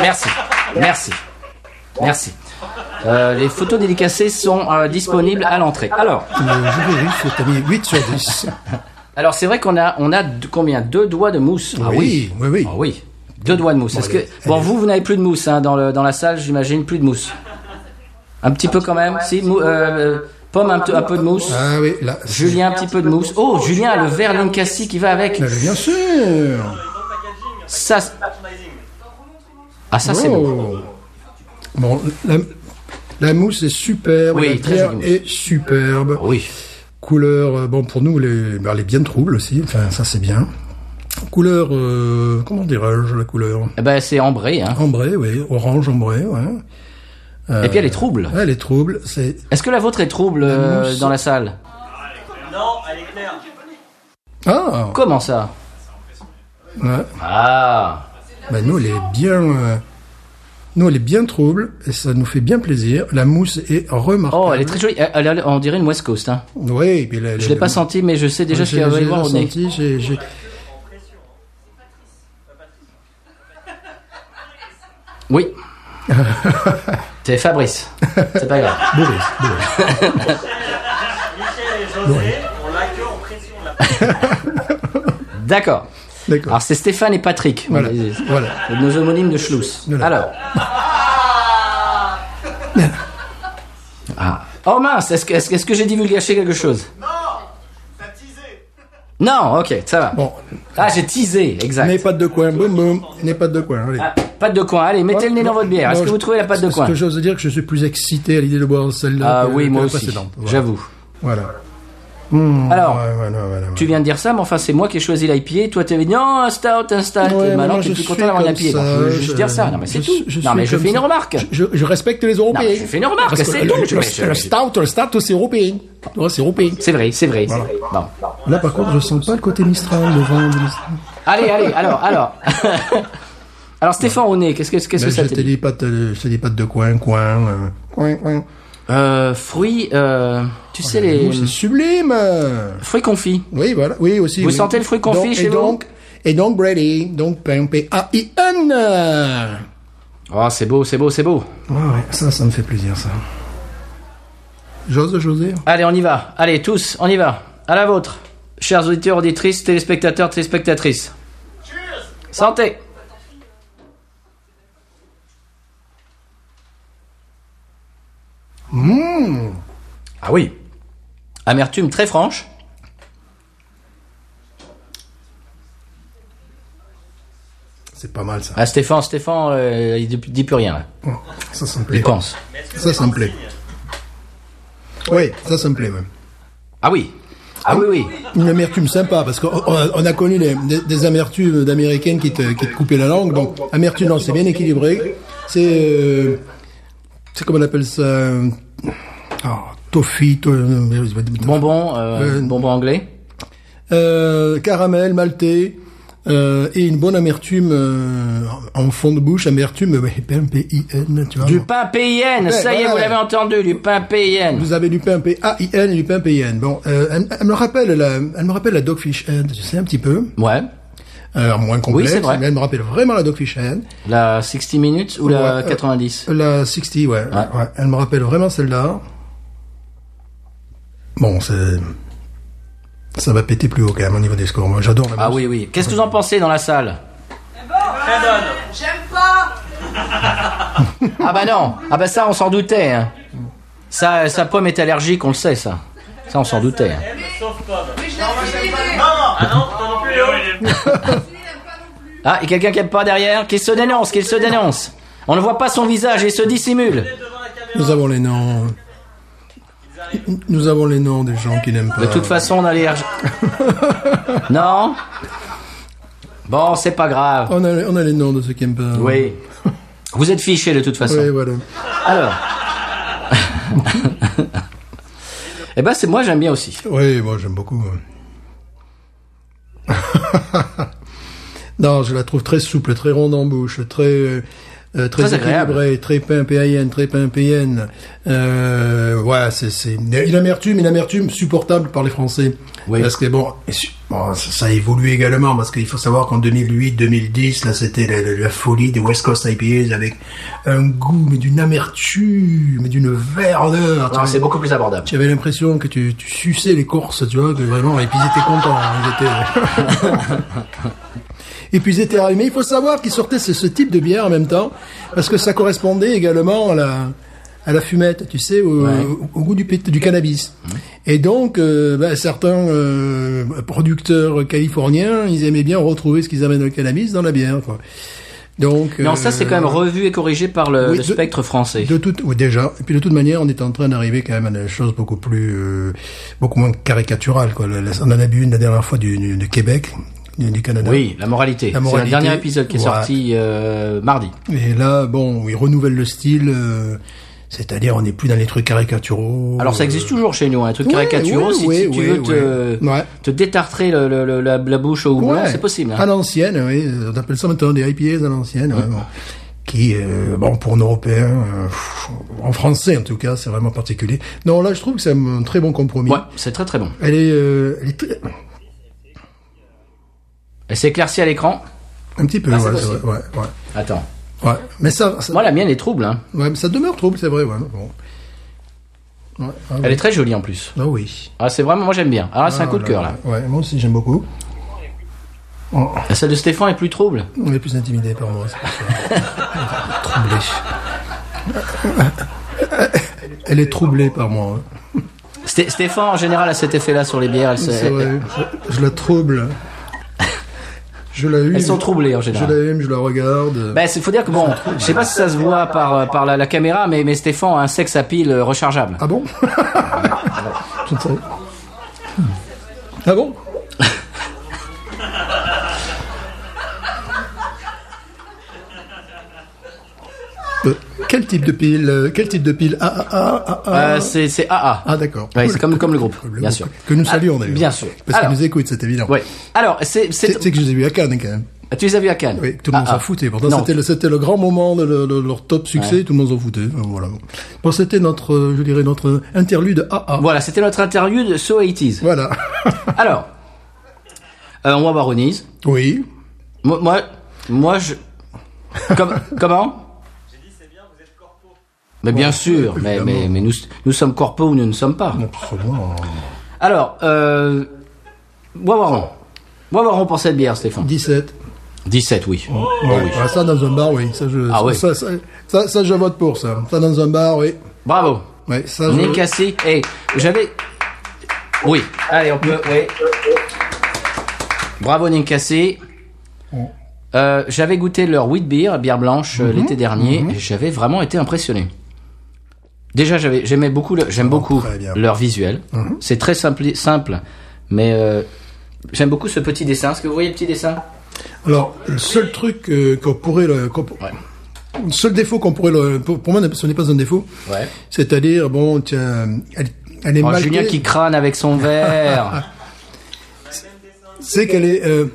Speaker 1: merci, merci, merci. Euh, les photos dédicacées sont euh, disponibles à l'entrée. Alors.
Speaker 2: Euh, je vérifie, t'as mis 8 sur
Speaker 1: <laughs>
Speaker 2: 10.
Speaker 1: Alors c'est vrai qu'on a on a d- combien deux doigts de mousse. Ah
Speaker 2: Oui, oui, oui.
Speaker 1: Ah oui. Deux doigts de mousse. Est-ce que
Speaker 2: elle est-
Speaker 1: bon vous vous n'avez plus de mousse hein, dans le dans la salle j'imagine plus de mousse. Un petit peu quand même. Si mou- euh, pomme un, t- un peu de mousse.
Speaker 2: Ah oui, là. c'est-
Speaker 1: Julien un petit peu de mousse. Oh Julien a le verre Lincassi qui va avec.
Speaker 2: Là, Bien sûr.
Speaker 1: Ça c'est- ah ça c'est
Speaker 2: Oh.
Speaker 1: bon.
Speaker 2: Bon, la, la mousse est superbe,
Speaker 1: Oui,
Speaker 2: la
Speaker 1: très
Speaker 2: bière
Speaker 1: jolie
Speaker 2: est superbe.
Speaker 1: Ah Oui.
Speaker 2: Couleur, euh, bon pour nous, les, ben, elle est bien trouble aussi. Enfin, ça c'est bien. Couleur, euh, comment dirais-je la couleur
Speaker 1: Eh ben c'est ambré hein.
Speaker 2: Ambré, oui, orange ambré. Ouais. Euh.
Speaker 1: Et puis elle est trouble.
Speaker 2: Ouais, elle est trouble. C'est
Speaker 1: Est-ce que la vôtre est trouble euh,
Speaker 2: mousse-
Speaker 1: dans la salle
Speaker 3: Non, elle est claire.
Speaker 2: ah,
Speaker 1: Comment ça
Speaker 2: ouais.
Speaker 1: Ah.
Speaker 2: Ben, nous elle est bien, euh, nous elle est bien trouble et ça nous fait bien plaisir. La mousse est remarquable.
Speaker 1: Oh elle est très jolie. Elle- elle- elle- on dirait une West Coast hein.
Speaker 2: Oui, puis la-
Speaker 1: Je
Speaker 2: la-
Speaker 1: l'ai pas senti mais je sais déjà ce
Speaker 2: J'ai-
Speaker 1: qu'il va y
Speaker 2: j'ai
Speaker 1: avoir au nez.
Speaker 2: ressenti, j'ai- j'ai-
Speaker 1: Oui. <laughs> C'est Fabrice. C'est pas grave.
Speaker 2: Boris, Boris.
Speaker 3: Michel et José, on l'a que en pression là.
Speaker 1: D'accord.
Speaker 2: D'accord.
Speaker 1: Alors c'est Stéphane et Patrick.
Speaker 2: Voilà.
Speaker 1: Les-
Speaker 2: voilà.
Speaker 1: Nos homonymes de Schluss.
Speaker 2: Voilà.
Speaker 1: Alors. Ah. Oh mince, est-ce que, est-ce que- est-ce que j'ai divulgaché quelque chose
Speaker 3: T'as teasé.
Speaker 1: Non, ok, ça va.
Speaker 2: Bon,
Speaker 1: Ah, j'ai teasé, exact.
Speaker 2: n'aie pas de coin, boum boum, n'aie pas de coin. Allez.
Speaker 1: Ah, Pâte de coin, allez, mettez le nez dans votre bière. Est-ce
Speaker 2: Non,
Speaker 1: que vous
Speaker 2: je-
Speaker 1: trouvez la pâte de
Speaker 2: ce
Speaker 1: coin
Speaker 2: que j'ose dire que je suis plus excité à l'idée de boire celle-là
Speaker 1: Ah
Speaker 2: que-
Speaker 1: oui,
Speaker 2: que
Speaker 1: moi
Speaker 2: la
Speaker 1: aussi.
Speaker 2: précédente. Voilà.
Speaker 1: J'avoue.
Speaker 2: Voilà.
Speaker 1: Alors,
Speaker 2: Ouais, ouais, ouais, ouais, ouais.
Speaker 1: tu viens de dire ça, mais enfin, c'est moi qui ai choisi l'IPA. Toi, t'avais dit non, un stout, un stout. Et
Speaker 2: Ouais, mais
Speaker 1: maintenant,
Speaker 2: moi,
Speaker 1: tu es
Speaker 2: je
Speaker 1: plus
Speaker 2: suis
Speaker 1: content d'avoir un
Speaker 2: comme
Speaker 1: IPA.
Speaker 2: ça,
Speaker 1: Bon, je veux juste
Speaker 2: je-
Speaker 1: dire ça. Non, mais c'est
Speaker 2: je suis-
Speaker 1: tout.
Speaker 2: je
Speaker 1: non,
Speaker 2: suis
Speaker 1: mais je
Speaker 2: comme
Speaker 1: fais une
Speaker 2: ça.
Speaker 1: remarque.
Speaker 2: Je, je respecte les Européens.
Speaker 1: Non, mais je fais une remarque,
Speaker 2: Parce que
Speaker 1: c'est
Speaker 2: le,
Speaker 1: tout,
Speaker 2: le-
Speaker 1: je-
Speaker 2: le-
Speaker 1: je-
Speaker 2: le stout, le stout, c'est européen. Tu vois, c'est européen.
Speaker 1: C'est vrai, c'est vrai. Bon.
Speaker 2: Là, par contre, je sens pas le côté Mistral, le vent. de Mistral.
Speaker 1: Allez, allez, alors, alors. <laughs> alors, Stéphane au nez, qu'est-ce que, qu'est-ce que
Speaker 2: Mais
Speaker 1: ça
Speaker 2: Bah, je
Speaker 1: te
Speaker 2: te
Speaker 1: dit
Speaker 2: dis pas de, je te dis pas de coin, coin, euh, coin, coin.
Speaker 1: euh, Fruits, euh, tu sais, les
Speaker 2: Oh, C'est sublime.
Speaker 1: fruits confits.
Speaker 2: Oui, voilà. Oui, aussi.
Speaker 1: Vous
Speaker 2: oui.
Speaker 1: sentez le fruit confit
Speaker 2: Donc-
Speaker 1: chez
Speaker 2: et
Speaker 1: vous
Speaker 2: donc, Et donc, Brady, donc P-A-I-N.
Speaker 1: Oh, c'est beau, c'est beau, c'est beau.
Speaker 2: Ouais, ouais, ça, ça me fait plaisir, ça. J'ose, j'ose dire.
Speaker 1: Allez, on y va. Allez, tous, on y va. À la vôtre. Chers auditeurs, auditrices, téléspectateurs, téléspectatrices. Santé
Speaker 2: Mmh.
Speaker 1: Ah oui. Amertume très franche.
Speaker 2: C'est pas mal ça.
Speaker 1: Ah, Stéphane, Stéphane, euh, il dit, dit plus rien, là.
Speaker 2: Ça, ça me plaît.
Speaker 1: Il pense.
Speaker 3: Mais est-ce que
Speaker 2: Ça,
Speaker 3: c'est
Speaker 2: ça me
Speaker 3: un
Speaker 2: plaît.
Speaker 3: signe
Speaker 2: Oui, ça, ça me plaît même.
Speaker 1: Ah oui. Ah oui, oui.
Speaker 2: Une amertume sympa, parce qu'on on a, on a connu les- des, des amertumes d'américaines qui te, qui te coupaient la langue. Bon, amertume, non, c'est bien équilibré. C'est. euh, c'est comment on appelle ça euh, oh, Toffee, to-
Speaker 1: Bonbon, euh,
Speaker 2: Euh,
Speaker 1: bonbon anglais.
Speaker 2: euh, caramel, maltais. euh, et une bonne amertume euh, en fond de bouche, amertume, ouais, P-I-N, tu vois.
Speaker 1: Du pain PIN, ça y est,
Speaker 2: voilà,
Speaker 1: vous
Speaker 2: ouais.
Speaker 1: l'avez entendu, du pain PIN.
Speaker 2: Vous avez du pain P-A-I-N et du pain P-I-N. Bon, euh, elle, elle me rappelle la, elle me rappelle la Dogfish Head, tu sais, un petit peu.
Speaker 1: Ouais.
Speaker 2: Alors, moins complexe,
Speaker 1: c'est vrai.
Speaker 2: mais elle me rappelle vraiment la Dogfish Head.
Speaker 1: La 60 minutes ou la
Speaker 2: Ouais, euh,
Speaker 1: 90
Speaker 2: La 60, ouais. ouais. Elle me rappelle vraiment celle-là. Bon, c'est... Ça va péter plus haut quand même au niveau des scores. Moi, j'adore la
Speaker 1: Ah
Speaker 2: musique.
Speaker 1: oui, oui. Qu'est-ce que vous en pensez dans la salle
Speaker 3: Ça donne.
Speaker 6: J'aime pas
Speaker 1: Ah bah non. Ah bah ça, on s'en doutait. hein. Ça, euh, sa pomme est allergique, on le sait, ça. Ça, on s'en doutait. hein.
Speaker 3: M sauf pomme.
Speaker 6: Mais je l'ai fini,
Speaker 3: Non, ah non, toi non plus, Léo.
Speaker 6: il aime pas non plus
Speaker 1: Ah, et quelqu'un qui aime pas derrière Qu'il se dénonce, qu'il se dénonce. On ne voit pas son visage, il se dissimule.
Speaker 3: Devant la caméra.
Speaker 2: Nous avons les noms. Nous avons les noms des gens qui n'aiment pas.
Speaker 1: De toute façon, on a
Speaker 2: <laughs>
Speaker 1: les... non Bon, c'est pas grave.
Speaker 2: On a, on a les noms de ceux qui n'aiment pas.
Speaker 1: Oui. Vous êtes fichés, de toute façon.
Speaker 2: Oui, voilà.
Speaker 1: Alors. eh ben, c'est moi, j'aime bien aussi.
Speaker 2: Oui, moi j'aime beaucoup. <laughs> non, je la trouve très souple, très ronde en bouche, très euh, euh, très,
Speaker 1: Très agréable.
Speaker 2: équilibrée, très pimpéenne, très pimpéenne. Euh, ouais, c'est c'est une une amertume, une amertume supportable par les Français.
Speaker 1: Oui.
Speaker 2: Parce que bon, et su- bon, ça, ça évolue également parce qu'il faut savoir qu'en 2008-2010, là c'était la, la- la folie des West Coast IPAs avec un goût mais d'une amertume, mais d'une verdeur. tu
Speaker 1: Non,
Speaker 2: vois.
Speaker 1: c'est beaucoup plus abordable.
Speaker 2: J'avais l'impression que tu, tu suçais les courses, tu vois, que vraiment, et puis ils étaient contents. hein, ils étaient- <laughs> et puis ils étaient arrivés. Mais il faut savoir qu'ils sortaient ce, ce type de bière en même temps, parce que ça correspondait également à la, à la fumette, tu sais, au,
Speaker 1: Ouais.
Speaker 2: au goût du, pét- du cannabis. Et donc, euh, ben, certains euh, producteurs californiens, ils aimaient bien retrouver ce qu'ils amènent le cannabis dans la bière. Quoi. Donc,
Speaker 1: Non, ça, c'est quand même
Speaker 2: euh,
Speaker 1: revu et corrigé par le,
Speaker 2: oui,
Speaker 1: le
Speaker 2: de-
Speaker 1: spectre français.
Speaker 2: de toute, ou déjà. Et puis de toute manière, on est en train d'arriver quand même à des choses beaucoup plus, euh, beaucoup moins caricaturales. Quoi. Le- le- on en a bu une la dernière fois du, du- du Québec, du, du Canada.
Speaker 1: Oui, la moralité.
Speaker 2: La
Speaker 1: C'est le
Speaker 2: moralité.
Speaker 1: dernier épisode qui est
Speaker 2: Voilà.
Speaker 1: sorti euh, mardi.
Speaker 2: Et là, bon, ils renouvellent le style. euh, c'est-à-dire, on n'est plus dans les trucs caricaturaux.
Speaker 1: Alors ça
Speaker 2: euh,
Speaker 1: existe toujours chez nous, hein, un truc
Speaker 2: Ouais,
Speaker 1: caricaturaux.
Speaker 2: ouais,
Speaker 1: si
Speaker 2: ouais,
Speaker 1: tu- tu
Speaker 2: ouais,
Speaker 1: veux te,
Speaker 2: ouais. Ouais.
Speaker 1: te détartrer le- le- le- la, la bouche au houblon,
Speaker 2: euh, Ouais. Ah
Speaker 1: c'est possible. hein.
Speaker 2: À l'ancienne, oui. On appelle ça maintenant des IPAs à l'ancienne. ouais, bon. Qui, euh, bon, pour un Européen, euh, pff, en français en tout cas, c'est vraiment particulier. Non, là, je trouve que c'est un très bon compromis.
Speaker 1: Ouais, c'est très très bon.
Speaker 2: Elle est, euh, elle est très-
Speaker 1: Elle s'éclaircit à l'écran.
Speaker 2: un petit peu,
Speaker 1: Ah, c'est
Speaker 2: ouais, c'est
Speaker 1: possible.
Speaker 2: vrai, ouais, ouais.
Speaker 1: Attends.
Speaker 2: Ouais, mais ça, ça,
Speaker 1: Moi, la mienne est trouble. hein.
Speaker 2: ouais, mais ça demeure trouble, c'est vrai. Ouais, bon. Ouais, ah,
Speaker 1: Elle
Speaker 2: oui.
Speaker 1: est très jolie en plus.
Speaker 2: Ah oui.
Speaker 1: Ah, c'est vraiment, moi j'aime bien. Ah, c'est un
Speaker 2: Ah,
Speaker 1: coup de cœur là.
Speaker 2: Ouais, moi aussi j'aime beaucoup. Oh,
Speaker 1: La Celle de Stéphane est plus trouble.
Speaker 2: on est plus intimidé par moi. c'est pour
Speaker 1: <laughs>
Speaker 2: ça. troublé. Elle est troublée par moi. hein.
Speaker 1: Sté- Stéphane, en général, a cet effet-là sur les bières. Elle, se-
Speaker 2: C'est
Speaker 1: elle-
Speaker 2: vrai, je, je la trouble. hein. Je la hume.
Speaker 1: Elles sont troublées, en général.
Speaker 2: Je la hume, je la regarde.
Speaker 1: Ben, c'est- faut dire que bon, je sais pas si ça se voit par, euh, par la, la caméra, mais, mais Stéphane a un sexe à pile euh, rechargeable.
Speaker 2: Ah bon Je ne savais- Ah bon Euh, Quel type de pile euh, Quel type de pile Ah ah ah ah ah.
Speaker 1: Euh, c'est c'est AA.
Speaker 2: Ah, d'accord.
Speaker 1: Ouais,
Speaker 2: Cool.
Speaker 1: c'est comme, comme le groupe,
Speaker 2: Le
Speaker 1: bien
Speaker 2: groupe
Speaker 1: sûr.
Speaker 2: Que nous saluons
Speaker 1: Ah,
Speaker 2: d'ailleurs.
Speaker 1: Bien sûr.
Speaker 2: Parce qu'ils
Speaker 1: Alors,
Speaker 2: nous écoutent, c'est évident.
Speaker 1: ouais. Alors, c'est c'est-
Speaker 2: C'est c'est que je les ai vus à Cannes quand même.
Speaker 1: tu les as vus à Cannes.
Speaker 2: Oui, tout le monde
Speaker 1: Ah,
Speaker 2: s'en
Speaker 1: ah.
Speaker 2: foutait. Pourtant,
Speaker 1: Non.
Speaker 2: c'était le, c'était le grand moment de, le- le- leur top succès. Tout le monde s'en foutait. Enfin, Voilà. Bon, c'était notre, euh, je dirais, notre interlude AA.
Speaker 1: Voilà, c'était notre interview de So 80s.
Speaker 2: Voilà. <laughs>
Speaker 1: Alors, euh, on va voir Ronise.
Speaker 2: oui.
Speaker 1: Moi, moi, moi, je.
Speaker 2: <laughs>
Speaker 1: Comme- comment
Speaker 3: J'ai dit, c'est bien, vous êtes corpo.
Speaker 1: Mais bien sûr, mais, mais,
Speaker 2: évidemment.
Speaker 1: mais nous, nous sommes corpo ou nous ne sommes pas.
Speaker 2: Absolument.
Speaker 1: Alors, euh. Wawaron. Wawaron pour cette bière, Stéphane.
Speaker 2: 17.
Speaker 1: 17, oui.
Speaker 2: Ouais, ouais, Ah, ça dans un bar, oui. Ça, je,
Speaker 1: Ah
Speaker 2: ça,
Speaker 1: oui.
Speaker 2: ça, ça, ça- ça, je vote pour ça. Ça dans un bar, oui.
Speaker 1: Bravo.
Speaker 2: Ouais, ça, je...
Speaker 1: Nick Cassie. Et j'avais. Oui.
Speaker 2: Oh.
Speaker 1: Allez, on peut. Oui. Bravo Nick Cassie. Euh, j'avais goûté leur wheat beer, bière blanche,
Speaker 2: Mhm.
Speaker 1: euh, l'été dernier, et j'avais vraiment été impressionné. Déjà, j'avais, j'aimais beaucoup, le- j'aime beaucoup
Speaker 2: Oh, très bien. Mhm.
Speaker 1: leur visuel. C'est très simple, simple, mais euh, j'aime beaucoup ce petit dessin. Est-ce que vous voyez le petit dessin
Speaker 2: Alors, le seul truc euh, qu'on pourrait... Le, qu'on- le seul défaut qu'on pourrait... le- pour, pour moi, ce n'est pas un défaut.
Speaker 1: Ouais.
Speaker 2: C'est-à-dire, bon, tiens, elle, elle est
Speaker 1: Oh,
Speaker 2: mal...
Speaker 1: Julien qui crâne avec son verre.
Speaker 2: C'est qu'elle est... euh,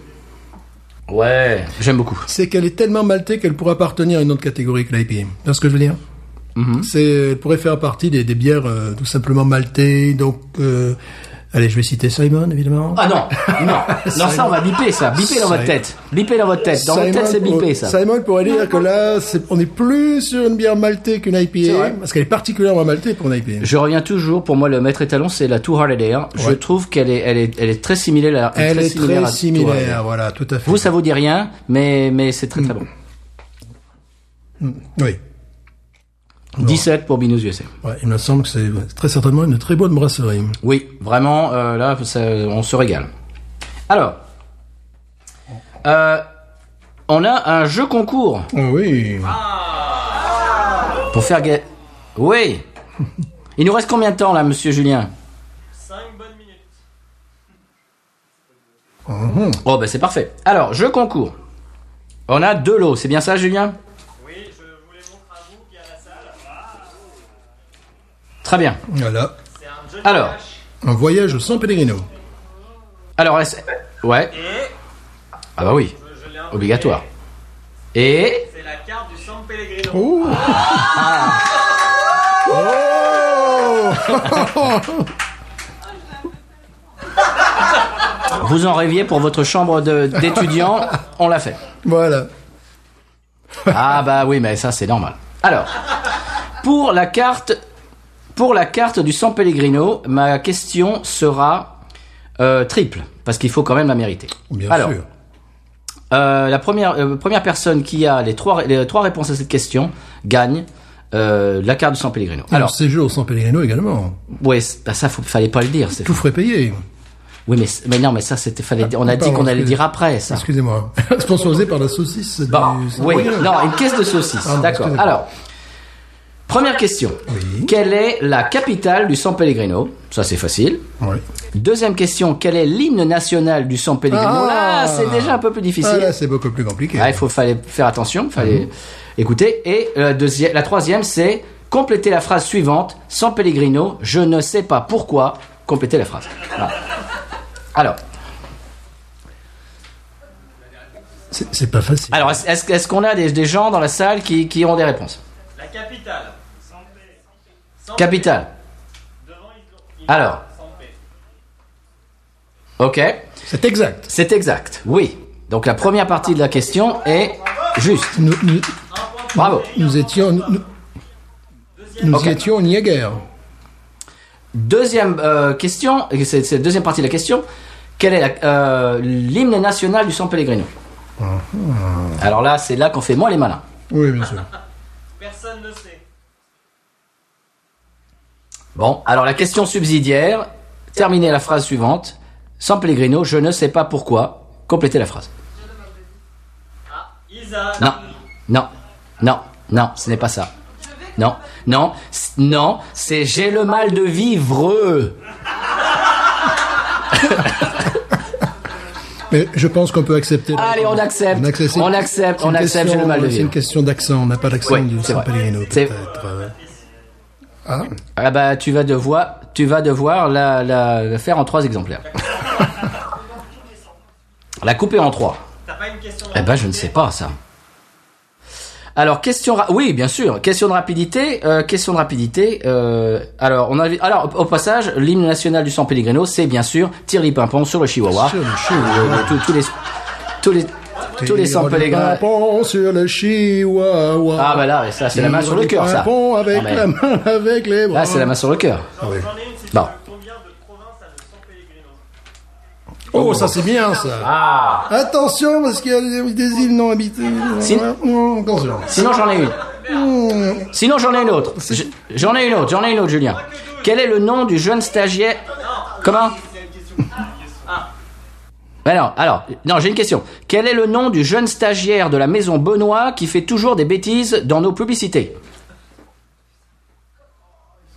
Speaker 1: <laughs> ouais, j'aime beaucoup.
Speaker 2: c'est qu'elle est tellement maltée qu'elle pourrait appartenir à une autre catégorie que l'IPA. Tu vois ce que je veux dire
Speaker 1: Mhm.
Speaker 2: C'est, elle pourrait faire partie des, des bières euh, tout simplement maltées. Donc, euh, allez, je vais citer Simon, évidemment.
Speaker 1: Ah non, <laughs> non, non, ça on va biper ça, biper dans votre
Speaker 2: Simon.
Speaker 1: tête, biper dans votre tête, dans votre tête c'est
Speaker 2: Simon
Speaker 1: bipé
Speaker 2: pour-
Speaker 1: ça.
Speaker 2: Simon pourrait dire que là, c'est- on est plus sur une bière maltée qu'une
Speaker 1: C'est
Speaker 2: IPA,
Speaker 1: vrai.
Speaker 2: parce qu'elle est particulièrement maltée pour une IPA.
Speaker 1: Je reviens toujours, pour moi le maître étalon c'est la Two Hearted Ale. Je
Speaker 2: Ouais.
Speaker 1: trouve qu'elle est, elle est, elle est très similaire. à-
Speaker 2: Elle est
Speaker 1: à
Speaker 2: très
Speaker 1: Two Hearted Ale.
Speaker 2: similaire, voilà, tout à fait.
Speaker 1: Vous ça vous dit rien, mais mais c'est très très bon.
Speaker 2: Mm. Oui.
Speaker 1: 17 pour Binous USA.
Speaker 2: Ouais, il me semble que c'est très certainement une très bonne brasserie.
Speaker 1: Oui, vraiment, euh, là, ça- on se régale. Alors, euh, on a un jeu concours
Speaker 2: Ah oui.
Speaker 1: pour faire... ga- Oui Il nous reste combien de temps, là, monsieur Julien
Speaker 3: 5 bonnes minutes.
Speaker 1: Oh, ben c'est parfait. Alors, jeu concours. On a deux lots, c'est bien ça, Julien
Speaker 3: Oui, je vous les montre à vous qui est à la salle.
Speaker 1: Très bien.
Speaker 2: Voilà.
Speaker 3: C'est un jeu de
Speaker 1: Alors.
Speaker 3: cache.
Speaker 2: Un voyage sans Pellegrino.
Speaker 1: Alors, est-ce- ouais.
Speaker 3: Et
Speaker 1: Ah bah oui,
Speaker 3: je l'ai inventé.
Speaker 1: obligatoire. Et...
Speaker 3: C'est la carte du San Pellegrino.
Speaker 2: Oh Ah.
Speaker 1: Vous en rêviez pour votre chambre de-
Speaker 2: <laughs>
Speaker 1: d'étudiant, on l'a fait.
Speaker 2: Voilà.
Speaker 1: Ah bah oui, mais ça c'est normal. Alors, pour la carte, pour la carte du San Pellegrino, ma question sera euh, triple, parce qu'il faut quand même la mériter.
Speaker 2: Bien
Speaker 1: Alors,
Speaker 2: sûr.
Speaker 1: euh, la première euh, première personne qui a les trois les trois réponses à cette question gagne. euh, la carte du San Pellegrino.
Speaker 2: Alors,
Speaker 1: Alors,
Speaker 2: séjour sans Pellegrino également.
Speaker 1: ouais, c'est- bah ça, faut, fallait pas le dire. c'est-
Speaker 2: Tout frais payé.
Speaker 1: Oui, mais, c'est- mais non, mais ça, c'était fallait. dire- On a dit
Speaker 2: Pardon,
Speaker 1: qu'on allait le
Speaker 2: excusez-
Speaker 1: dire après, ça.
Speaker 2: Excusez-moi.
Speaker 1: <laughs>
Speaker 2: Sponsorisé par la saucisse du
Speaker 1: Bon,
Speaker 2: San
Speaker 1: Bah, oui,
Speaker 2: Pellegrino.
Speaker 1: non, une caisse de saucisses.
Speaker 2: Pardon,
Speaker 1: D'accord.
Speaker 2: excusez-moi.
Speaker 1: Alors, première question.
Speaker 2: Oui.
Speaker 1: Quelle est la capitale du San Pellegrino Ça, c'est facile.
Speaker 2: Ah Ouais.
Speaker 1: Deuxième question. Quel est l'hymne national du San Pellegrino
Speaker 2: Ah.
Speaker 1: Là, c'est déjà un peu plus
Speaker 2: Ah,
Speaker 1: difficile.
Speaker 2: là, c'est beaucoup plus compliqué.
Speaker 1: Ah, il faut fallait faire attention, fallait écouter. Et euh, la, deuxième, la troisième, c'est compléter la phrase suivante. San Pellegrino, je ne sais pas pourquoi. Compléter la phrase. Voilà. Alors,
Speaker 2: C'est c'est pas facile.
Speaker 1: alors est-ce est-ce- est-ce qu'on a des, des gens dans la salle qui, qui ont des réponses
Speaker 3: La capitale. San Pe-
Speaker 1: Capitale.
Speaker 3: Devant Islo-
Speaker 1: Alors.
Speaker 3: San Pe.
Speaker 1: Ok.
Speaker 2: C'est exact.
Speaker 1: C'est exact, oui. Donc la première partie de la question est juste.
Speaker 2: Nous, nous,
Speaker 1: Bravo.
Speaker 2: nous étions, nous, nous
Speaker 1: Ok.
Speaker 2: étions ni à guerre.
Speaker 1: Deuxième euh, question, et c'est c'est la deuxième partie de la question. Quel est la- euh, l'hymne national du San Pellegrino
Speaker 2: Uh-huh.
Speaker 1: Alors là, c'est là qu'on fait moins les malins.
Speaker 2: Oui, bien sûr.
Speaker 3: Personne ne sait.
Speaker 1: Bon, alors la question subsidiaire, terminez la phrase suivante. San Pellegrino, je ne sais pas pourquoi. Complétez la phrase.
Speaker 3: Isa.
Speaker 1: Non, non, non, non, ce n'est pas ça. Non, non, c- non, c'est j'ai le mal de vivre.
Speaker 2: Mais je pense qu'on peut accepter. la
Speaker 1: Allez, on
Speaker 2: réponse.
Speaker 1: accepte.
Speaker 2: accepte.
Speaker 1: On accepte,
Speaker 2: C'est une
Speaker 1: on accepte,
Speaker 2: question-
Speaker 1: j'ai le mal de
Speaker 2: C'est
Speaker 1: vivre.
Speaker 2: une question d'accent. On n'a pas d'accent
Speaker 1: Ouais,
Speaker 2: du
Speaker 1: c'est
Speaker 2: San
Speaker 1: vrai.
Speaker 2: Pellegrino,
Speaker 1: C'est-
Speaker 2: peut-être. Ah,
Speaker 1: Ah bah tu vas devoir, tu vas devoir la, la- la faire en trois exemplaires. la couper en trois.
Speaker 3: T'as pas une question
Speaker 1: Eh ben je ne sais pas ça. Alors question, ra- oui bien sûr, question de rapidité, euh, question de rapidité. euh, alors on a, alors au au passage, l'hymne national du San Pellegrino, c'est bien sûr Tire les pimpons sur le Chihuahua.
Speaker 2: sur le
Speaker 1: Euh,
Speaker 2: Chihuahua.
Speaker 1: tous- tous les, tous les, tous les San
Speaker 2: Tire
Speaker 1: Pellegrino.
Speaker 2: pimpons sur le Chihuahua.
Speaker 1: Ah bah là, ça c'est la main sur le cœur ça.
Speaker 2: Pimpons avec
Speaker 1: Ah, mais-
Speaker 2: la main, avec les bras.
Speaker 1: Là c'est la main sur le cœur.
Speaker 2: Ah oui.
Speaker 3: J'en ai une si tu
Speaker 1: Bon.
Speaker 3: veux. Combien de provinces a le San Pellegrino
Speaker 2: Oh, ça c'est bien ça.
Speaker 1: Ah.
Speaker 2: Attention parce qu'il y a des îles non habitées.
Speaker 1: Si-
Speaker 2: Mmh, Attention.
Speaker 1: Sinon j'en ai une.
Speaker 2: Mmh.
Speaker 1: Sinon, j'en ai une autre. Je- J'en ai une autre, j'en ai une autre, Julien.
Speaker 3: Ah,
Speaker 1: Quel est le nom du jeune stagiaire Comment Alors, alors, non, j'ai une question. Quel est le nom du jeune stagiaire de la maison Benoît qui fait toujours des bêtises dans nos publicités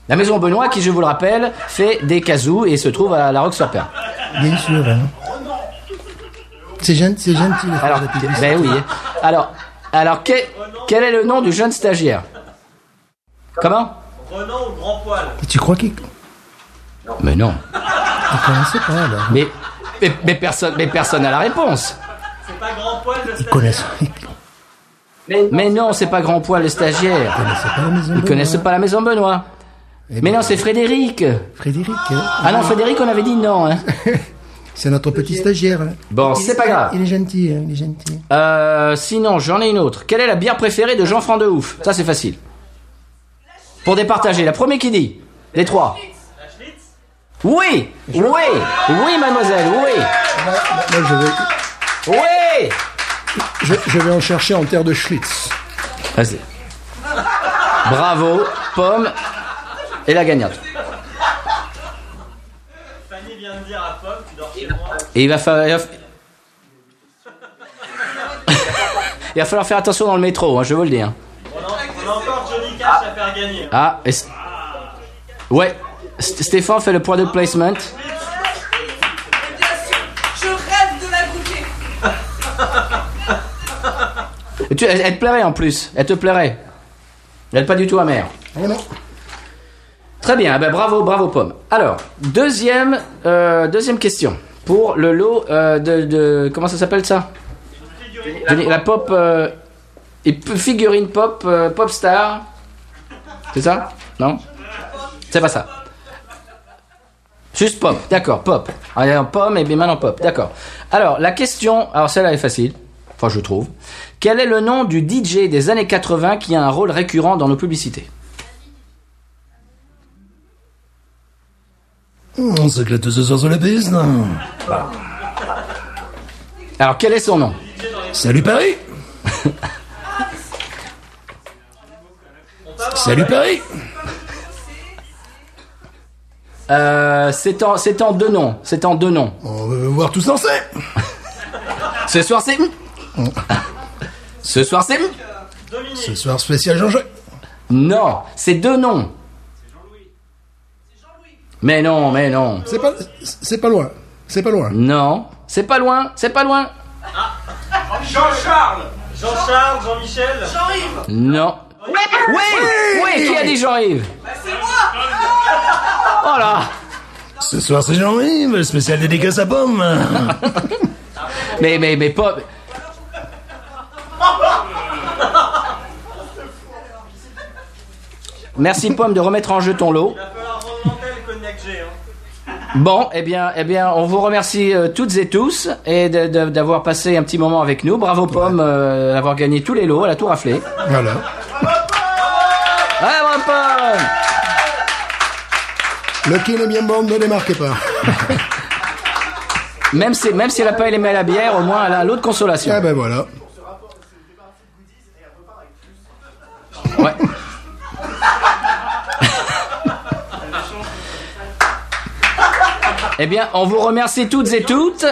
Speaker 1: La maison Benoît, qui, je vous le rappelle, fait des casous et se trouve à la Roque-sur-Père.
Speaker 5: Bien sûr. hein. C'est gentil, c'est gentil. les
Speaker 1: Alors,
Speaker 5: frères de Pélisse.
Speaker 1: ben oui. Alors, alors que- quel est le nom du jeune stagiaire Comment
Speaker 3: Renan au grand poil.
Speaker 5: Tu crois qu'il ne
Speaker 1: Mais non.
Speaker 5: connaissait pas, là
Speaker 1: Mais, mais, mais personne, mais personne n'a la réponse.
Speaker 3: C'est pas grand poil le
Speaker 5: Ils
Speaker 3: stagiaire.
Speaker 5: connaissent, ils
Speaker 1: Mais non, c'est pas grand poil le stagiaire.
Speaker 5: connaissaient pas la maison.
Speaker 1: Ils connaissent pas la maison Benoît. Mais non, c'est Frédéric.
Speaker 5: Frédéric, hein.
Speaker 1: Ah non, Frédéric, on avait dit non. hein.
Speaker 5: c'est notre petit stagiaire. hein.
Speaker 1: Bon,
Speaker 5: Il
Speaker 1: c'est
Speaker 5: est-
Speaker 1: pas grave.
Speaker 5: Il est gentil, hein, il est gentil.
Speaker 1: Euh, sinon, j'en ai une autre. Quelle est la bière préférée de Jean-Franc de Ouf Ça, c'est facile. Pour départager, la première qui dit Les trois. Oui Oui Oui, mademoiselle, oui
Speaker 5: Moi, je vais,
Speaker 1: Oui
Speaker 5: je, je vais en chercher en terre de Schlitz.
Speaker 1: Vas-y. Bravo, pomme et la gagnante.
Speaker 3: Fanny vient de dire à Pomme, tu dors chez moi.
Speaker 1: Et il va falloir. il va fa- <laughs> Il va falloir faire attention dans le métro, hein, je vous le dis. hein.
Speaker 3: On a, on a encore Johnny Cash à faire gagner.
Speaker 1: Ah, et s- ouais. St- Stéphane fait le point de placement.
Speaker 6: Mais bien sûr, je rêve de la goûter.
Speaker 1: Et tu- elle, elle te plairait en plus. Elle te plairait. Elle n'est pas du tout amère.
Speaker 5: Oh non.
Speaker 1: Très bien. eh ben, bravo, bravo, pomme. Alors, deuxième, euh, deuxième question pour le lot euh, de, de- comment ça s'appelle ça Johnny- La pop euh, et p- figurine pop euh, pop star. C'est ça Non C'est pas ça. Juste pop, d'accord, pop. Ah, Allez, en pomme et bien maintenant pop, d'accord. Alors, la question, alors celle-là est facile, enfin je trouve. Quel est le nom du DJ des années 80 qui a un rôle récurrent dans nos publicités
Speaker 5: On se éclate ce soir sur la piste. non
Speaker 1: Alors, quel est son nom
Speaker 5: Salut Paris Salut Paris
Speaker 1: Euh, c'est en, c'est en deux noms. C'est en deux noms.
Speaker 5: On veut voir tous danser
Speaker 1: Ce soir, c'est. Ce soir, c'est.
Speaker 5: Ce soir spécial Jean-Jacques.
Speaker 1: Non, c'est deux noms. Mais non, mais non.
Speaker 5: C'est pas, c'est pas loin. C'est pas loin.
Speaker 1: Non, c'est pas loin, c'est pas loin.
Speaker 3: Jean-Charles Jean-Charles, Jean-Michel
Speaker 6: J'arrive.
Speaker 1: Non. Oui, oui, qui a dit Jean-Yves
Speaker 6: Bah, C'est moi.
Speaker 1: Oh là
Speaker 5: Ce soir c'est Jean-Yves, spécial dédicace à Pomme.
Speaker 1: Mais, mais, mais pas. Merci Pomme de remettre en jeu ton lot.
Speaker 3: Il va falloir remonter le cognac G. Hein.
Speaker 1: Bon, eh bien, eh bien, on vous remercie euh, toutes et tous et de- de- d'avoir passé un petit moment avec nous. Bravo Pomme euh, d'avoir gagné tous les lots, elle a tout raflé. Ouais,
Speaker 5: voilà.
Speaker 1: bravo Pomme
Speaker 5: Le kin est bien bon, ne démarquez pas.
Speaker 1: Même si, même si elle n'a pas aimé la bière, au moins elle a l'autre consolation.
Speaker 5: Ah ben voilà.
Speaker 1: Ouais. eh bien, on vous remercie toutes et toutes.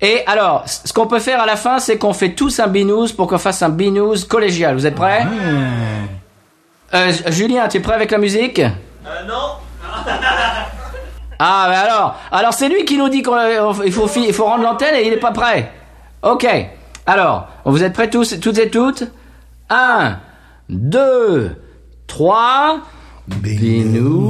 Speaker 1: Et alors, ce qu'on peut faire à la fin, c'est qu'on fait tous un binous pour qu'on fasse un binous collégial. Vous êtes prêts Euh, J- Julien, tu es prêt avec la musique
Speaker 3: Euh, non
Speaker 1: Ah, mais alors, alors c'est lui qui nous dit qu'il faut, fi- il faut rendre l'antenne et il n'est pas prêt. Ok. Alors, vous êtes prêts tous, toutes et toutes 1, 2, 3. Binous.